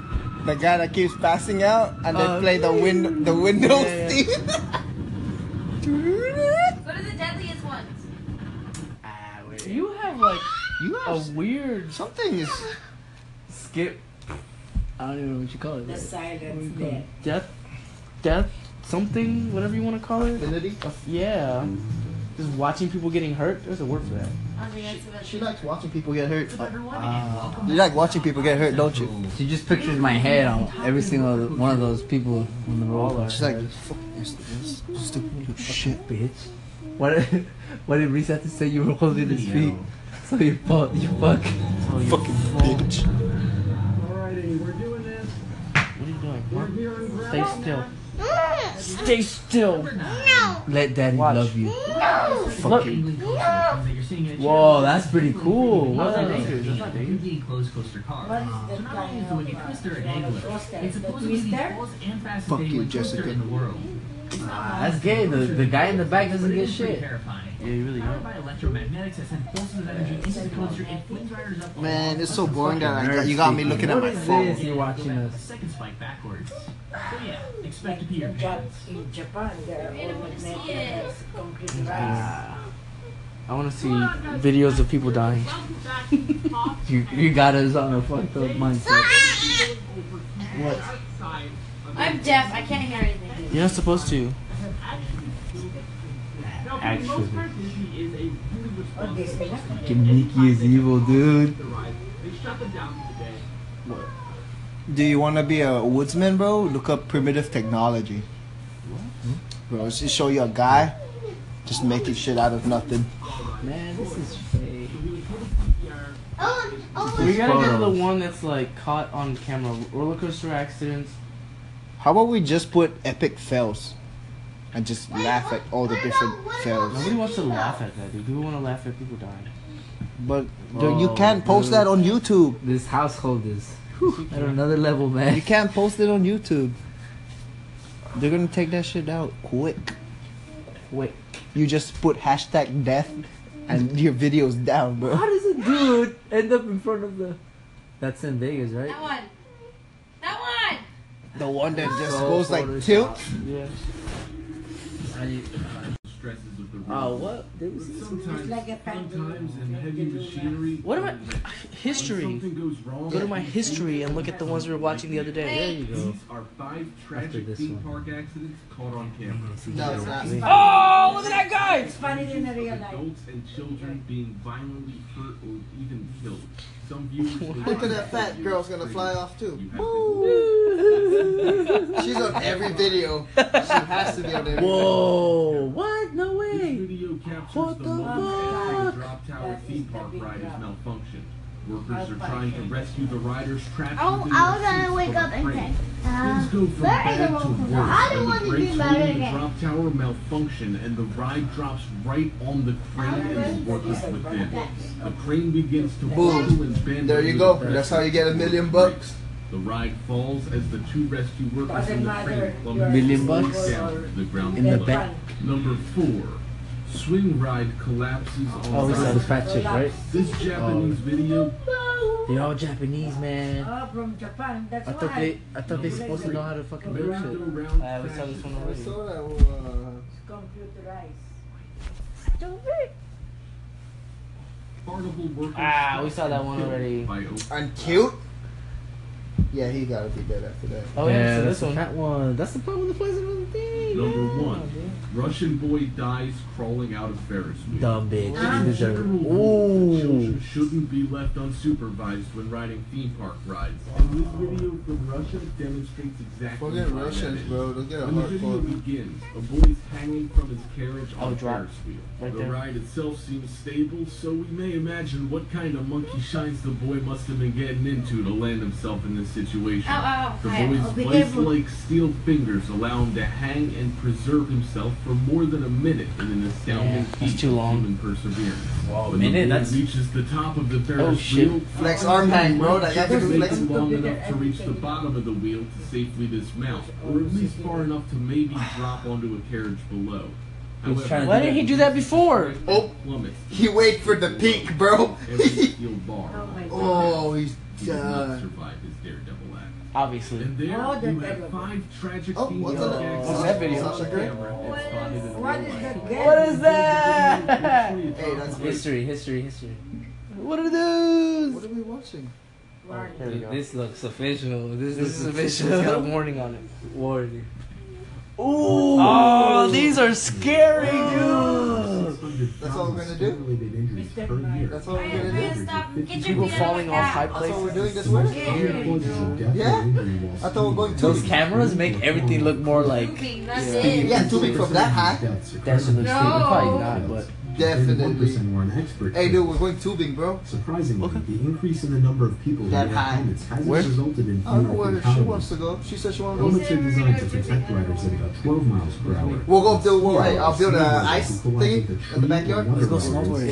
Speaker 3: the guy that keeps passing out and they
Speaker 5: Oh.
Speaker 1: Uh,
Speaker 3: play the wind the windows
Speaker 1: yeah, yeah.
Speaker 3: theme.
Speaker 6: What are the deadliest ones?
Speaker 5: Ah, wait.
Speaker 1: You have like
Speaker 3: you
Speaker 1: a
Speaker 3: have
Speaker 1: weird
Speaker 3: something is
Speaker 1: skip. I don't even know what you call it.
Speaker 7: The silence
Speaker 5: Mm-hmm.
Speaker 7: there.
Speaker 1: Death, death, something, whatever you want to call it.
Speaker 3: infinity.
Speaker 1: Yeah. Just watching people getting hurt. There's a word for that.
Speaker 6: I think that's Oh, the best.
Speaker 3: likes watching people get hurt.
Speaker 5: Uh,
Speaker 3: You like watching people get hurt, don't you?
Speaker 5: she just pictures my head on every single one of those people on the roller.
Speaker 3: She's like, fuck this, this stupid little shit.
Speaker 5: bitch. What? What did Reese have to say? You were holding his feet, so you fuck. You fuck.
Speaker 3: Fucking bitch.
Speaker 9: Alrighty, we're doing this.
Speaker 1: What are you doing?
Speaker 9: We're
Speaker 1: Mark?
Speaker 9: here in
Speaker 1: Stay still.
Speaker 4: Mm.
Speaker 1: Stay still.
Speaker 4: No,
Speaker 5: Let daddy
Speaker 1: Watch.
Speaker 5: love you.
Speaker 4: no.
Speaker 1: Look.
Speaker 4: Oh,
Speaker 5: Whoa, that's pretty cool.
Speaker 1: What
Speaker 5: wasn't
Speaker 1: is
Speaker 5: it?
Speaker 1: dangerous. That's not dangerous.
Speaker 10: Completely closed coaster car.
Speaker 7: What is the
Speaker 10: So not only
Speaker 7: plan
Speaker 10: is it
Speaker 7: of,
Speaker 10: a twister and
Speaker 7: uh,
Speaker 10: angler,
Speaker 7: twister?
Speaker 10: it's
Speaker 7: The
Speaker 10: supposedly the
Speaker 7: twister?
Speaker 10: tallest and fastest
Speaker 3: Fuck you,
Speaker 10: dangling coaster
Speaker 3: Jessica.
Speaker 10: in the world.
Speaker 5: Ah, that's gay. The, the guy in the back doesn't
Speaker 10: But it
Speaker 5: get
Speaker 10: is pretty
Speaker 5: shit.
Speaker 10: terrifying.
Speaker 1: Yeah, you really don't.
Speaker 10: Powered by electromagnetics that send pulses of energy into the coaster and flings riders up.
Speaker 3: Man,
Speaker 10: the
Speaker 3: it's
Speaker 10: wall.
Speaker 3: so boring that I got,
Speaker 5: Nerd
Speaker 3: you got me
Speaker 5: speaking.
Speaker 3: looking at
Speaker 5: What
Speaker 3: my
Speaker 5: is
Speaker 3: phone.
Speaker 5: this? You're watching
Speaker 10: Go back
Speaker 5: us.
Speaker 10: a Second spike backwards. So yeah, expect to pee your
Speaker 7: In Jap-
Speaker 10: pants.
Speaker 7: in Japan, there are
Speaker 6: Anyone
Speaker 7: women
Speaker 6: see
Speaker 7: making
Speaker 6: it?
Speaker 7: this concrete rice.
Speaker 1: I want to see videos of people dying.
Speaker 5: You, you got us on a fucked up mindset.
Speaker 6: I'm deaf. I can't hear anything.
Speaker 1: You're not supposed to.
Speaker 5: Actually,
Speaker 7: Oh, this thing?
Speaker 5: Nikki is evil, dude.
Speaker 3: Do you want to be a woodsman, bro? Look up primitive technology. Bro, it's just show you a guy just making shit out of nothing.
Speaker 5: Man, this is fake.
Speaker 4: Oh, oh,
Speaker 1: We gotta get the
Speaker 5: Photos.
Speaker 1: one that's like caught on camera. Roller coaster accidents.
Speaker 3: How about we just put epic fails and just
Speaker 4: Wait,
Speaker 3: laugh
Speaker 4: what-
Speaker 3: at all the
Speaker 4: what
Speaker 3: different
Speaker 4: about- what
Speaker 3: fails?
Speaker 4: about-
Speaker 1: Nobody wants to laugh at that, dude. People want to laugh at people dying.
Speaker 3: But dude, you
Speaker 5: Oh,
Speaker 3: can't post
Speaker 5: dude.
Speaker 3: that on YouTube.
Speaker 5: This household is whew, at another level, man.
Speaker 3: You can't post it on YouTube. They're gonna take that shit out quick.
Speaker 1: Wait.
Speaker 3: You just put hashtag death and your video's down, bro.
Speaker 5: How does a dude end up in front of the? That's in Vegas, right?
Speaker 6: That one. That
Speaker 3: The one that just
Speaker 5: So
Speaker 3: goes like
Speaker 5: photoshopped.
Speaker 3: tilt.
Speaker 1: Yeah.
Speaker 9: Stresses of the road.
Speaker 1: Uh,
Speaker 5: Oh, what? There was this one.
Speaker 9: Sometimes,
Speaker 7: like a pendulum.
Speaker 9: sometimes in heavy machinery.
Speaker 1: What about
Speaker 9: When
Speaker 1: history?
Speaker 9: something goes wrong,
Speaker 1: Go to my history and look at the ones we were watching the other day.
Speaker 5: There you go.
Speaker 9: These are five tragic
Speaker 5: this
Speaker 9: theme
Speaker 5: one.
Speaker 9: park accidents caught on camera.
Speaker 3: No, it's not.
Speaker 1: Oh, look at that guy!
Speaker 7: It's funny in the real life.
Speaker 9: Adults and children being violently hurt or even killed. Some viewers
Speaker 3: Look at that fat girl's gonna fly off too. She's on every video. She has to be on every
Speaker 5: Whoa! What? No
Speaker 9: This
Speaker 5: way!
Speaker 9: video captures
Speaker 5: What
Speaker 9: the,
Speaker 5: the
Speaker 9: moment after the
Speaker 5: fuck?
Speaker 9: drop tower
Speaker 7: That
Speaker 9: theme
Speaker 7: is the
Speaker 9: park
Speaker 7: big
Speaker 9: ride is
Speaker 7: drop.
Speaker 9: malfunctioned. Workers
Speaker 7: I'll
Speaker 9: are
Speaker 7: fight
Speaker 9: trying to
Speaker 7: him.
Speaker 9: rescue the riders trapped
Speaker 4: I
Speaker 9: within
Speaker 4: was-
Speaker 9: the
Speaker 4: I was gonna
Speaker 9: seats
Speaker 4: Oh, wake
Speaker 9: of the
Speaker 4: up and
Speaker 9: crane.
Speaker 4: say, uh,
Speaker 9: Things go from
Speaker 4: where is
Speaker 9: bad
Speaker 4: the
Speaker 9: to
Speaker 4: roller coaster?
Speaker 9: worse
Speaker 4: I
Speaker 9: when
Speaker 4: don't want
Speaker 9: the
Speaker 4: to
Speaker 9: brakes holding
Speaker 4: be better
Speaker 9: the
Speaker 4: again.
Speaker 9: drop tower malfunction and the ride drops right on the crane and the workers within. The crane begins to
Speaker 3: Boom.
Speaker 9: wobble and bend.
Speaker 3: There you
Speaker 9: under
Speaker 3: go.
Speaker 9: the pressure
Speaker 3: That's how you get a
Speaker 9: of the
Speaker 3: million
Speaker 9: brakes.
Speaker 3: bucks.
Speaker 9: The ride falls as the two rescue workers
Speaker 7: Doesn't
Speaker 9: in the
Speaker 7: matter.
Speaker 9: crane plummet
Speaker 5: Million
Speaker 9: slowly
Speaker 5: bucks?
Speaker 9: down to the ground
Speaker 5: In the
Speaker 9: below.
Speaker 5: back.
Speaker 9: Number four.
Speaker 8: Swing ride collapses on
Speaker 1: Oh, this Oh. Ah, is the
Speaker 8: side.
Speaker 1: fat chick, right?
Speaker 8: This Japanese video
Speaker 1: They're all Japanese, man.
Speaker 7: Oh, from Japan. That's
Speaker 1: I
Speaker 7: why.
Speaker 1: they're I thought they're supposed to know how to fucking do
Speaker 8: wrapped
Speaker 1: shit.
Speaker 8: around
Speaker 1: I always Uh, Ah, saw this one already.
Speaker 3: So that uh,
Speaker 7: Computerized.
Speaker 8: carnival workers.
Speaker 1: Ah, we saw that one already.
Speaker 8: By open
Speaker 3: uh, and cute. Yeah, he gotta be dead after that.
Speaker 1: Oh yeah, so
Speaker 5: that's
Speaker 1: this
Speaker 5: the
Speaker 1: one. That one. That's the problem with the place another thing.
Speaker 8: Number one, Russian boy dies crawling out of Ferris wheel.
Speaker 5: Dumb
Speaker 1: Ah.
Speaker 5: bitch. You
Speaker 8: General
Speaker 5: deserve it.
Speaker 8: rule, Children shouldn't be left unsupervised when riding theme park rides. And this video from Russia demonstrates exactly
Speaker 3: Forget
Speaker 8: why that
Speaker 3: Russians,
Speaker 8: is.
Speaker 3: bro. They'll get a
Speaker 8: When the video
Speaker 3: hardcore.
Speaker 8: begins, a boy is hanging from his carriage on
Speaker 1: Oh,
Speaker 8: a
Speaker 1: drop.
Speaker 8: Ferris wheel.
Speaker 1: Right
Speaker 8: the
Speaker 1: there.
Speaker 8: ride itself seems stable, so we may imagine what kind of monkey shines the boy must have been getting into to land himself in this situation.
Speaker 6: Ow, ow, ow.
Speaker 8: The
Speaker 6: Hi.
Speaker 8: boy's
Speaker 7: Oh, be careful.
Speaker 8: vice-like steel fingers allow him to hang and preserve himself for more than a minute in an astounding
Speaker 1: Yeah, that's
Speaker 8: feat
Speaker 1: too
Speaker 8: of
Speaker 1: long.
Speaker 8: human perseverance.
Speaker 5: Wow,
Speaker 8: when
Speaker 5: minute,
Speaker 8: the boy
Speaker 5: that's-
Speaker 8: reaches the top of the Ferris
Speaker 1: Oh, shit.
Speaker 8: wheel,
Speaker 3: Flex arm hang, bro. That guy
Speaker 8: that
Speaker 3: can do flex.
Speaker 8: long enough to reach the bottom of the wheel to safely dismount, or at least far enough to maybe drop onto a carriage below. However,
Speaker 5: trying to
Speaker 1: Why didn't he do that before?
Speaker 3: Oh,
Speaker 8: plummets
Speaker 3: he wait for the peak, bro.
Speaker 8: every steel bar.
Speaker 7: Oh my
Speaker 3: oh, he's
Speaker 8: He did not
Speaker 3: done.
Speaker 8: survive his daredevil act.
Speaker 1: Obviously.
Speaker 8: And there
Speaker 7: Oh, the
Speaker 8: you have
Speaker 7: devil.
Speaker 8: five tragic
Speaker 3: Oh,
Speaker 8: female
Speaker 3: what's that?
Speaker 8: gags
Speaker 1: What's that video?
Speaker 8: on
Speaker 3: Sasha Grey?
Speaker 8: camera and
Speaker 7: What
Speaker 8: spotted
Speaker 7: is-
Speaker 8: in
Speaker 7: what
Speaker 8: real
Speaker 7: is
Speaker 8: life.
Speaker 7: that
Speaker 1: What
Speaker 7: game?
Speaker 1: is that?
Speaker 3: Hey, that's great.
Speaker 5: History, history, history.
Speaker 1: What are those?
Speaker 3: What are we watching?
Speaker 1: There we go.
Speaker 5: This looks official. This,
Speaker 1: This is a bitch. It's got a
Speaker 5: official.
Speaker 1: warning on it.
Speaker 5: Warning.
Speaker 1: Oh, these are scary, dude.
Speaker 3: That's all we're gonna do?
Speaker 8: Related injuries
Speaker 7: Mr.
Speaker 8: per
Speaker 7: Knight.
Speaker 8: year.
Speaker 3: That's all
Speaker 6: Are
Speaker 3: we're
Speaker 6: you
Speaker 3: gonna
Speaker 6: gonna
Speaker 3: do?
Speaker 6: stop? Get your
Speaker 1: People
Speaker 6: feet
Speaker 1: falling
Speaker 6: on the
Speaker 1: off high
Speaker 6: ground.
Speaker 3: That's all we're
Speaker 1: places.
Speaker 3: doing this way? Yeah? I thought we were going
Speaker 5: Those
Speaker 3: two.
Speaker 5: cameras make everything look more like.
Speaker 6: Pooping, That's
Speaker 1: Yeah.
Speaker 6: it.
Speaker 3: Yeah, two weeks from that high.
Speaker 1: That's an
Speaker 6: No.
Speaker 1: statement. Probably not, but
Speaker 3: Definitely.
Speaker 9: were an expert.
Speaker 3: Hey, dude, we're going tubing, bro.
Speaker 9: Surprisingly, the increase in the number of people who
Speaker 3: That
Speaker 9: have
Speaker 3: high.
Speaker 9: helmets hasn't
Speaker 1: Where?
Speaker 9: resulted in
Speaker 3: I don't know
Speaker 9: fewer
Speaker 3: where she wants to go. She said she want to go.
Speaker 9: Helmets are designed to protect riders at about 12 miles per hour.
Speaker 3: We'll go up to where I- I'll build a ice thingy in the backyard.
Speaker 9: Let's
Speaker 1: go snowboarding.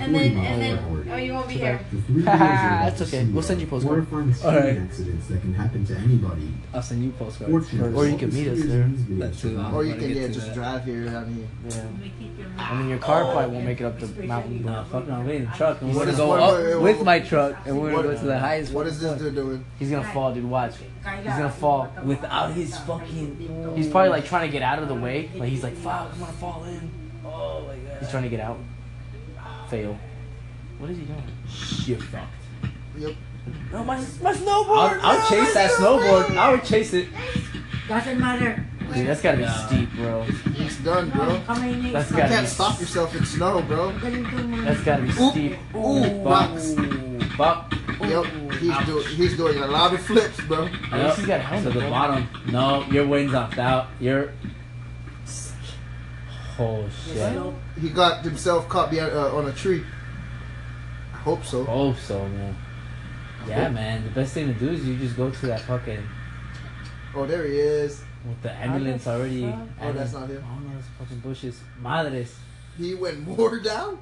Speaker 6: And then, and then, oh, you won't be here.
Speaker 1: That's okay. We'll send you postcard.
Speaker 5: All right.
Speaker 9: Accidents that can happen to anybody.
Speaker 5: Us and you postcards.
Speaker 9: Fortunately,
Speaker 1: Or you can meet us
Speaker 9: this
Speaker 1: there.
Speaker 9: series and
Speaker 5: That's
Speaker 9: these videos
Speaker 5: it.
Speaker 3: Or you
Speaker 5: Wanna
Speaker 3: can,
Speaker 5: get
Speaker 3: yeah,
Speaker 5: to
Speaker 3: just
Speaker 5: that.
Speaker 3: drive here. I mean,
Speaker 1: yeah.
Speaker 7: What
Speaker 1: I mean, your car probably won't make it up the mountain.
Speaker 5: Nah, fuck no. We're in the truck. And
Speaker 3: What
Speaker 5: we're gonna
Speaker 3: is-
Speaker 5: go
Speaker 3: what-
Speaker 5: up
Speaker 3: what-
Speaker 5: with my truck, and we're gonna
Speaker 3: what-
Speaker 5: go to the highest.
Speaker 3: what is this dude doing?
Speaker 1: He's gonna fall, dude. Watch.
Speaker 7: He's
Speaker 1: gonna fall
Speaker 5: without his fucking-
Speaker 1: He's probably like trying to get out of the way. Like he's like, "Fuck, I'm gonna fall in." Oh my god. He's trying to get out. Fail. What is he doing?
Speaker 5: Shit, fuck.
Speaker 3: Yep.
Speaker 1: No, my my snowboard.
Speaker 5: I'll, I'll chase that snowboard. I would chase it.
Speaker 7: Doesn't matter.
Speaker 1: Dude, that's gotta be
Speaker 5: Yeah.
Speaker 1: steep, bro.
Speaker 3: It's done, bro. You
Speaker 7: How many
Speaker 1: That's
Speaker 7: needs?
Speaker 1: gotta
Speaker 3: can't
Speaker 1: be.
Speaker 3: stop yourself in snow, bro.
Speaker 1: That's gotta be
Speaker 3: Oop.
Speaker 1: steep.
Speaker 3: Ooh, box.
Speaker 5: Fuck.
Speaker 3: Yep. He's, do- he's doing a lot of flips, bro.
Speaker 1: At least he's got a helmet,
Speaker 5: To the
Speaker 1: bro.
Speaker 5: bottom. No, your wind's off out. Your. Oh shit.
Speaker 7: Slow.
Speaker 3: He got himself caught behind, uh, on a tree. I hope so.
Speaker 5: Hope so, man. Yeah, man. The best thing to do is you just go to that fucking
Speaker 3: Oh, there he is.
Speaker 5: with the ambulance
Speaker 1: the
Speaker 5: already.
Speaker 1: fuck?
Speaker 3: Oh, that's not
Speaker 5: I
Speaker 3: him.
Speaker 5: don't know those fucking bushes. Madres.
Speaker 3: He went more down.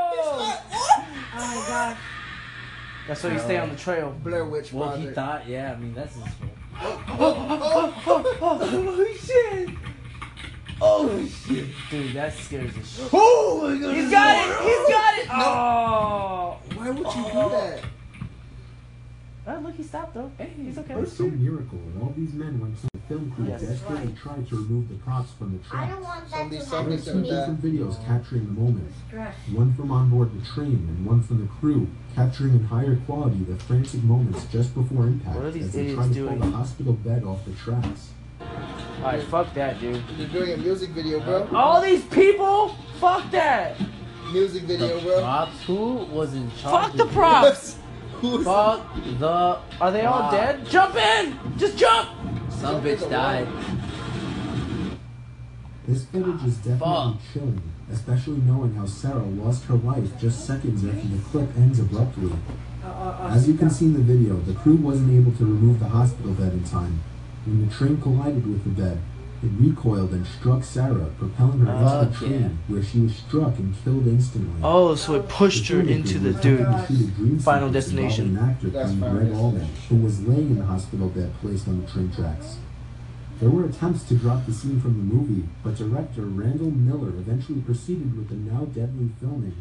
Speaker 7: Oh my god.
Speaker 1: That's why you stay on the trail.
Speaker 3: Blair Witch
Speaker 5: Well, he
Speaker 3: Project.
Speaker 5: thought. ah, Yeah, I mean that's his fault.
Speaker 1: oh shit!
Speaker 5: Oh shit.
Speaker 1: Dude, that scares the shit.
Speaker 5: Oh my god.
Speaker 1: He's got it! He's got it! Oh!
Speaker 3: Why would you do that?
Speaker 1: Oh, look, he stopped though. Hey, he's okay.
Speaker 9: By some miracle, and all these men went to the film crew
Speaker 1: Yes.
Speaker 9: desperately tried to remove the props from the
Speaker 4: I
Speaker 9: truck.
Speaker 4: don't want that
Speaker 3: Somebody,
Speaker 4: to
Speaker 9: There are
Speaker 4: happen
Speaker 3: something's
Speaker 9: two
Speaker 4: to
Speaker 3: gonna
Speaker 4: me.
Speaker 3: die.
Speaker 9: different videos capturing the moment.
Speaker 7: Crash.
Speaker 9: One from on board the train and one from the crew, capturing in higher quality the frantic moments just before impact
Speaker 1: What are these
Speaker 9: as they
Speaker 1: idiots
Speaker 9: try to
Speaker 1: doing?
Speaker 9: pull the hospital bed off the tracks.
Speaker 1: Alright, fuck that, dude.
Speaker 3: You're doing a music video, bro.
Speaker 5: Oh,
Speaker 1: All these people? Fuck that!
Speaker 3: Music video, bro.
Speaker 5: Props. Who was in charge?
Speaker 1: Fuck the
Speaker 5: of-
Speaker 1: props!
Speaker 3: Who's
Speaker 5: Fuck the.
Speaker 1: Are they all
Speaker 5: Wow.
Speaker 1: dead? Jump in! Just jump!
Speaker 5: Some bitch died.
Speaker 9: This footage
Speaker 1: Ah,
Speaker 9: is definitely
Speaker 5: Fuck.
Speaker 9: chilling, especially knowing how Sarah lost her life just seconds after the clip ends abruptly.
Speaker 7: Uh, uh, uh,
Speaker 9: As you can see in the video, the crew wasn't able to remove the hospital bed in time. When the train collided with the bed, it recoiled and struck Sarah, propelling her into the
Speaker 5: Fuck yeah.
Speaker 9: train, where she was struck and killed instantly.
Speaker 1: Oh, so it pushed her into the dude. Final Destination.
Speaker 9: An actor
Speaker 3: That's
Speaker 9: named
Speaker 3: Final
Speaker 9: Greg Allman,
Speaker 3: Destination.
Speaker 9: who was laying in the hospital bed placed on the train tracks. There were attempts to drop the scene from the movie, but director Randall Miller eventually proceeded with the now deadly filming.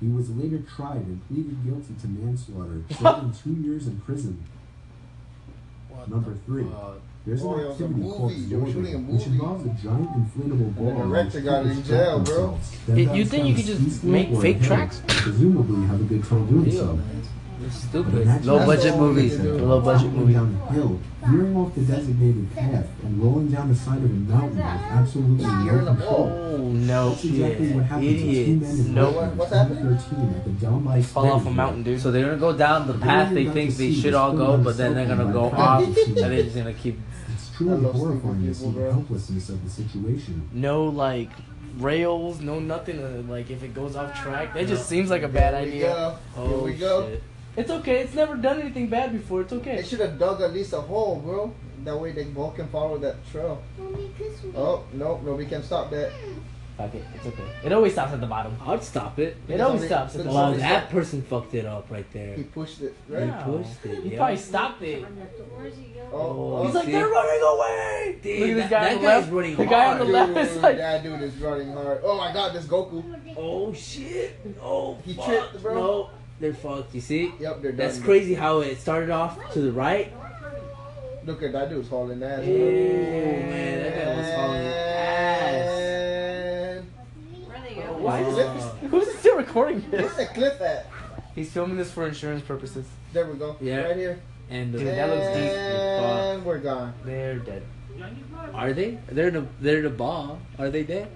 Speaker 9: He was later tried and pleaded guilty to manslaughter, serving two years in prison.
Speaker 11: What
Speaker 9: Number
Speaker 11: the
Speaker 9: three.
Speaker 11: fuck?
Speaker 9: There's
Speaker 3: Boy,
Speaker 9: an
Speaker 3: it was a
Speaker 9: activity called
Speaker 3: movie. They were shooting a
Speaker 9: zorbing, which
Speaker 3: movie.
Speaker 9: involves a giant inflatable ball.
Speaker 3: the
Speaker 9: on
Speaker 3: director
Speaker 9: which
Speaker 3: got
Speaker 9: people
Speaker 3: in
Speaker 9: strap
Speaker 3: jail, bro.
Speaker 9: themselves, then
Speaker 1: You- you
Speaker 9: bounce
Speaker 1: think
Speaker 9: down
Speaker 1: you
Speaker 9: a
Speaker 1: could just
Speaker 9: steep slope
Speaker 1: make
Speaker 9: or a
Speaker 1: fake
Speaker 9: hill,
Speaker 1: tracks?
Speaker 9: and Presumably have a good time doing so.
Speaker 5: Stupid. Low budget movies. Low budget
Speaker 9: Moving
Speaker 5: movies.
Speaker 9: down a hill, veering off the designated path, and rolling down the side of a mountain with absolutely no
Speaker 3: You're in the
Speaker 9: control.
Speaker 3: wall.
Speaker 5: Oh no.
Speaker 9: That's exactly what happened to two men
Speaker 5: Idiots.
Speaker 9: in
Speaker 5: No.
Speaker 9: Brooklyn
Speaker 3: What's
Speaker 9: in
Speaker 3: happening?
Speaker 9: 2013 at the Down by
Speaker 1: Fall off a mountain, dude.
Speaker 5: So they're gonna go down the path they think they should all go, but then they're gonna go off, and they're just gonna keep.
Speaker 9: It's
Speaker 3: I
Speaker 9: truly
Speaker 3: love
Speaker 9: horrifying
Speaker 3: stupid
Speaker 9: to
Speaker 3: people,
Speaker 9: see the
Speaker 3: bro.
Speaker 9: helplessness of the situation.
Speaker 1: no like rails, no nothing. uh, Like if it goes off track, that just seems like a bad
Speaker 3: Here we
Speaker 1: idea.
Speaker 3: go. Here
Speaker 1: Oh
Speaker 3: we go.
Speaker 1: shit! It's okay. It's never done anything bad before. It's okay.
Speaker 3: They should have dug at least a hole, bro. That way they both can follow that trail.
Speaker 4: Mommy, kiss me.
Speaker 3: Oh, no, nobody can stop that.
Speaker 1: Fuck it. It's okay. It always stops at the bottom.
Speaker 5: I'd stop it.
Speaker 1: It always stops at the
Speaker 5: Well,
Speaker 1: bottom.
Speaker 5: that person fucked it up right there.
Speaker 3: He pushed it, right?
Speaker 1: Yeah.
Speaker 5: He pushed it.
Speaker 1: He
Speaker 5: yeah.
Speaker 1: probably stopped it.
Speaker 3: Oh,
Speaker 5: Oh,
Speaker 3: oh.
Speaker 1: He's like,
Speaker 5: see?
Speaker 1: they're running away.
Speaker 5: Dude,
Speaker 1: Look at this
Speaker 5: that-
Speaker 1: guy
Speaker 5: that
Speaker 1: on the
Speaker 5: guy's
Speaker 1: left.
Speaker 5: running
Speaker 1: The guy on the
Speaker 3: Dude,
Speaker 5: hard.
Speaker 1: left is like,
Speaker 3: that dude is running hard. Oh my god, this Goku.
Speaker 5: Oh shit! Oh
Speaker 3: He
Speaker 5: fuck!
Speaker 3: tripped, bro.
Speaker 5: No, they're fucked. You see?
Speaker 3: Yep, they're done.
Speaker 5: That's crazy how it started off to the right.
Speaker 3: Look at that dude's hauling ass.
Speaker 5: Oh man, that guy was hauling ass.
Speaker 3: And
Speaker 6: Where they go?
Speaker 1: why is
Speaker 3: Cliff
Speaker 1: it?
Speaker 5: Uh,
Speaker 1: Who's still recording
Speaker 3: where's
Speaker 1: this?
Speaker 3: the cliff at?
Speaker 1: He's filming this for insurance purposes.
Speaker 3: There we go.
Speaker 5: Yeah.
Speaker 3: Right here.
Speaker 5: And
Speaker 1: Dude,
Speaker 5: the,
Speaker 1: that looks decent as
Speaker 3: And we're gone.
Speaker 1: They're dead.
Speaker 5: are they? They're in a they're in a ball. Are they dead?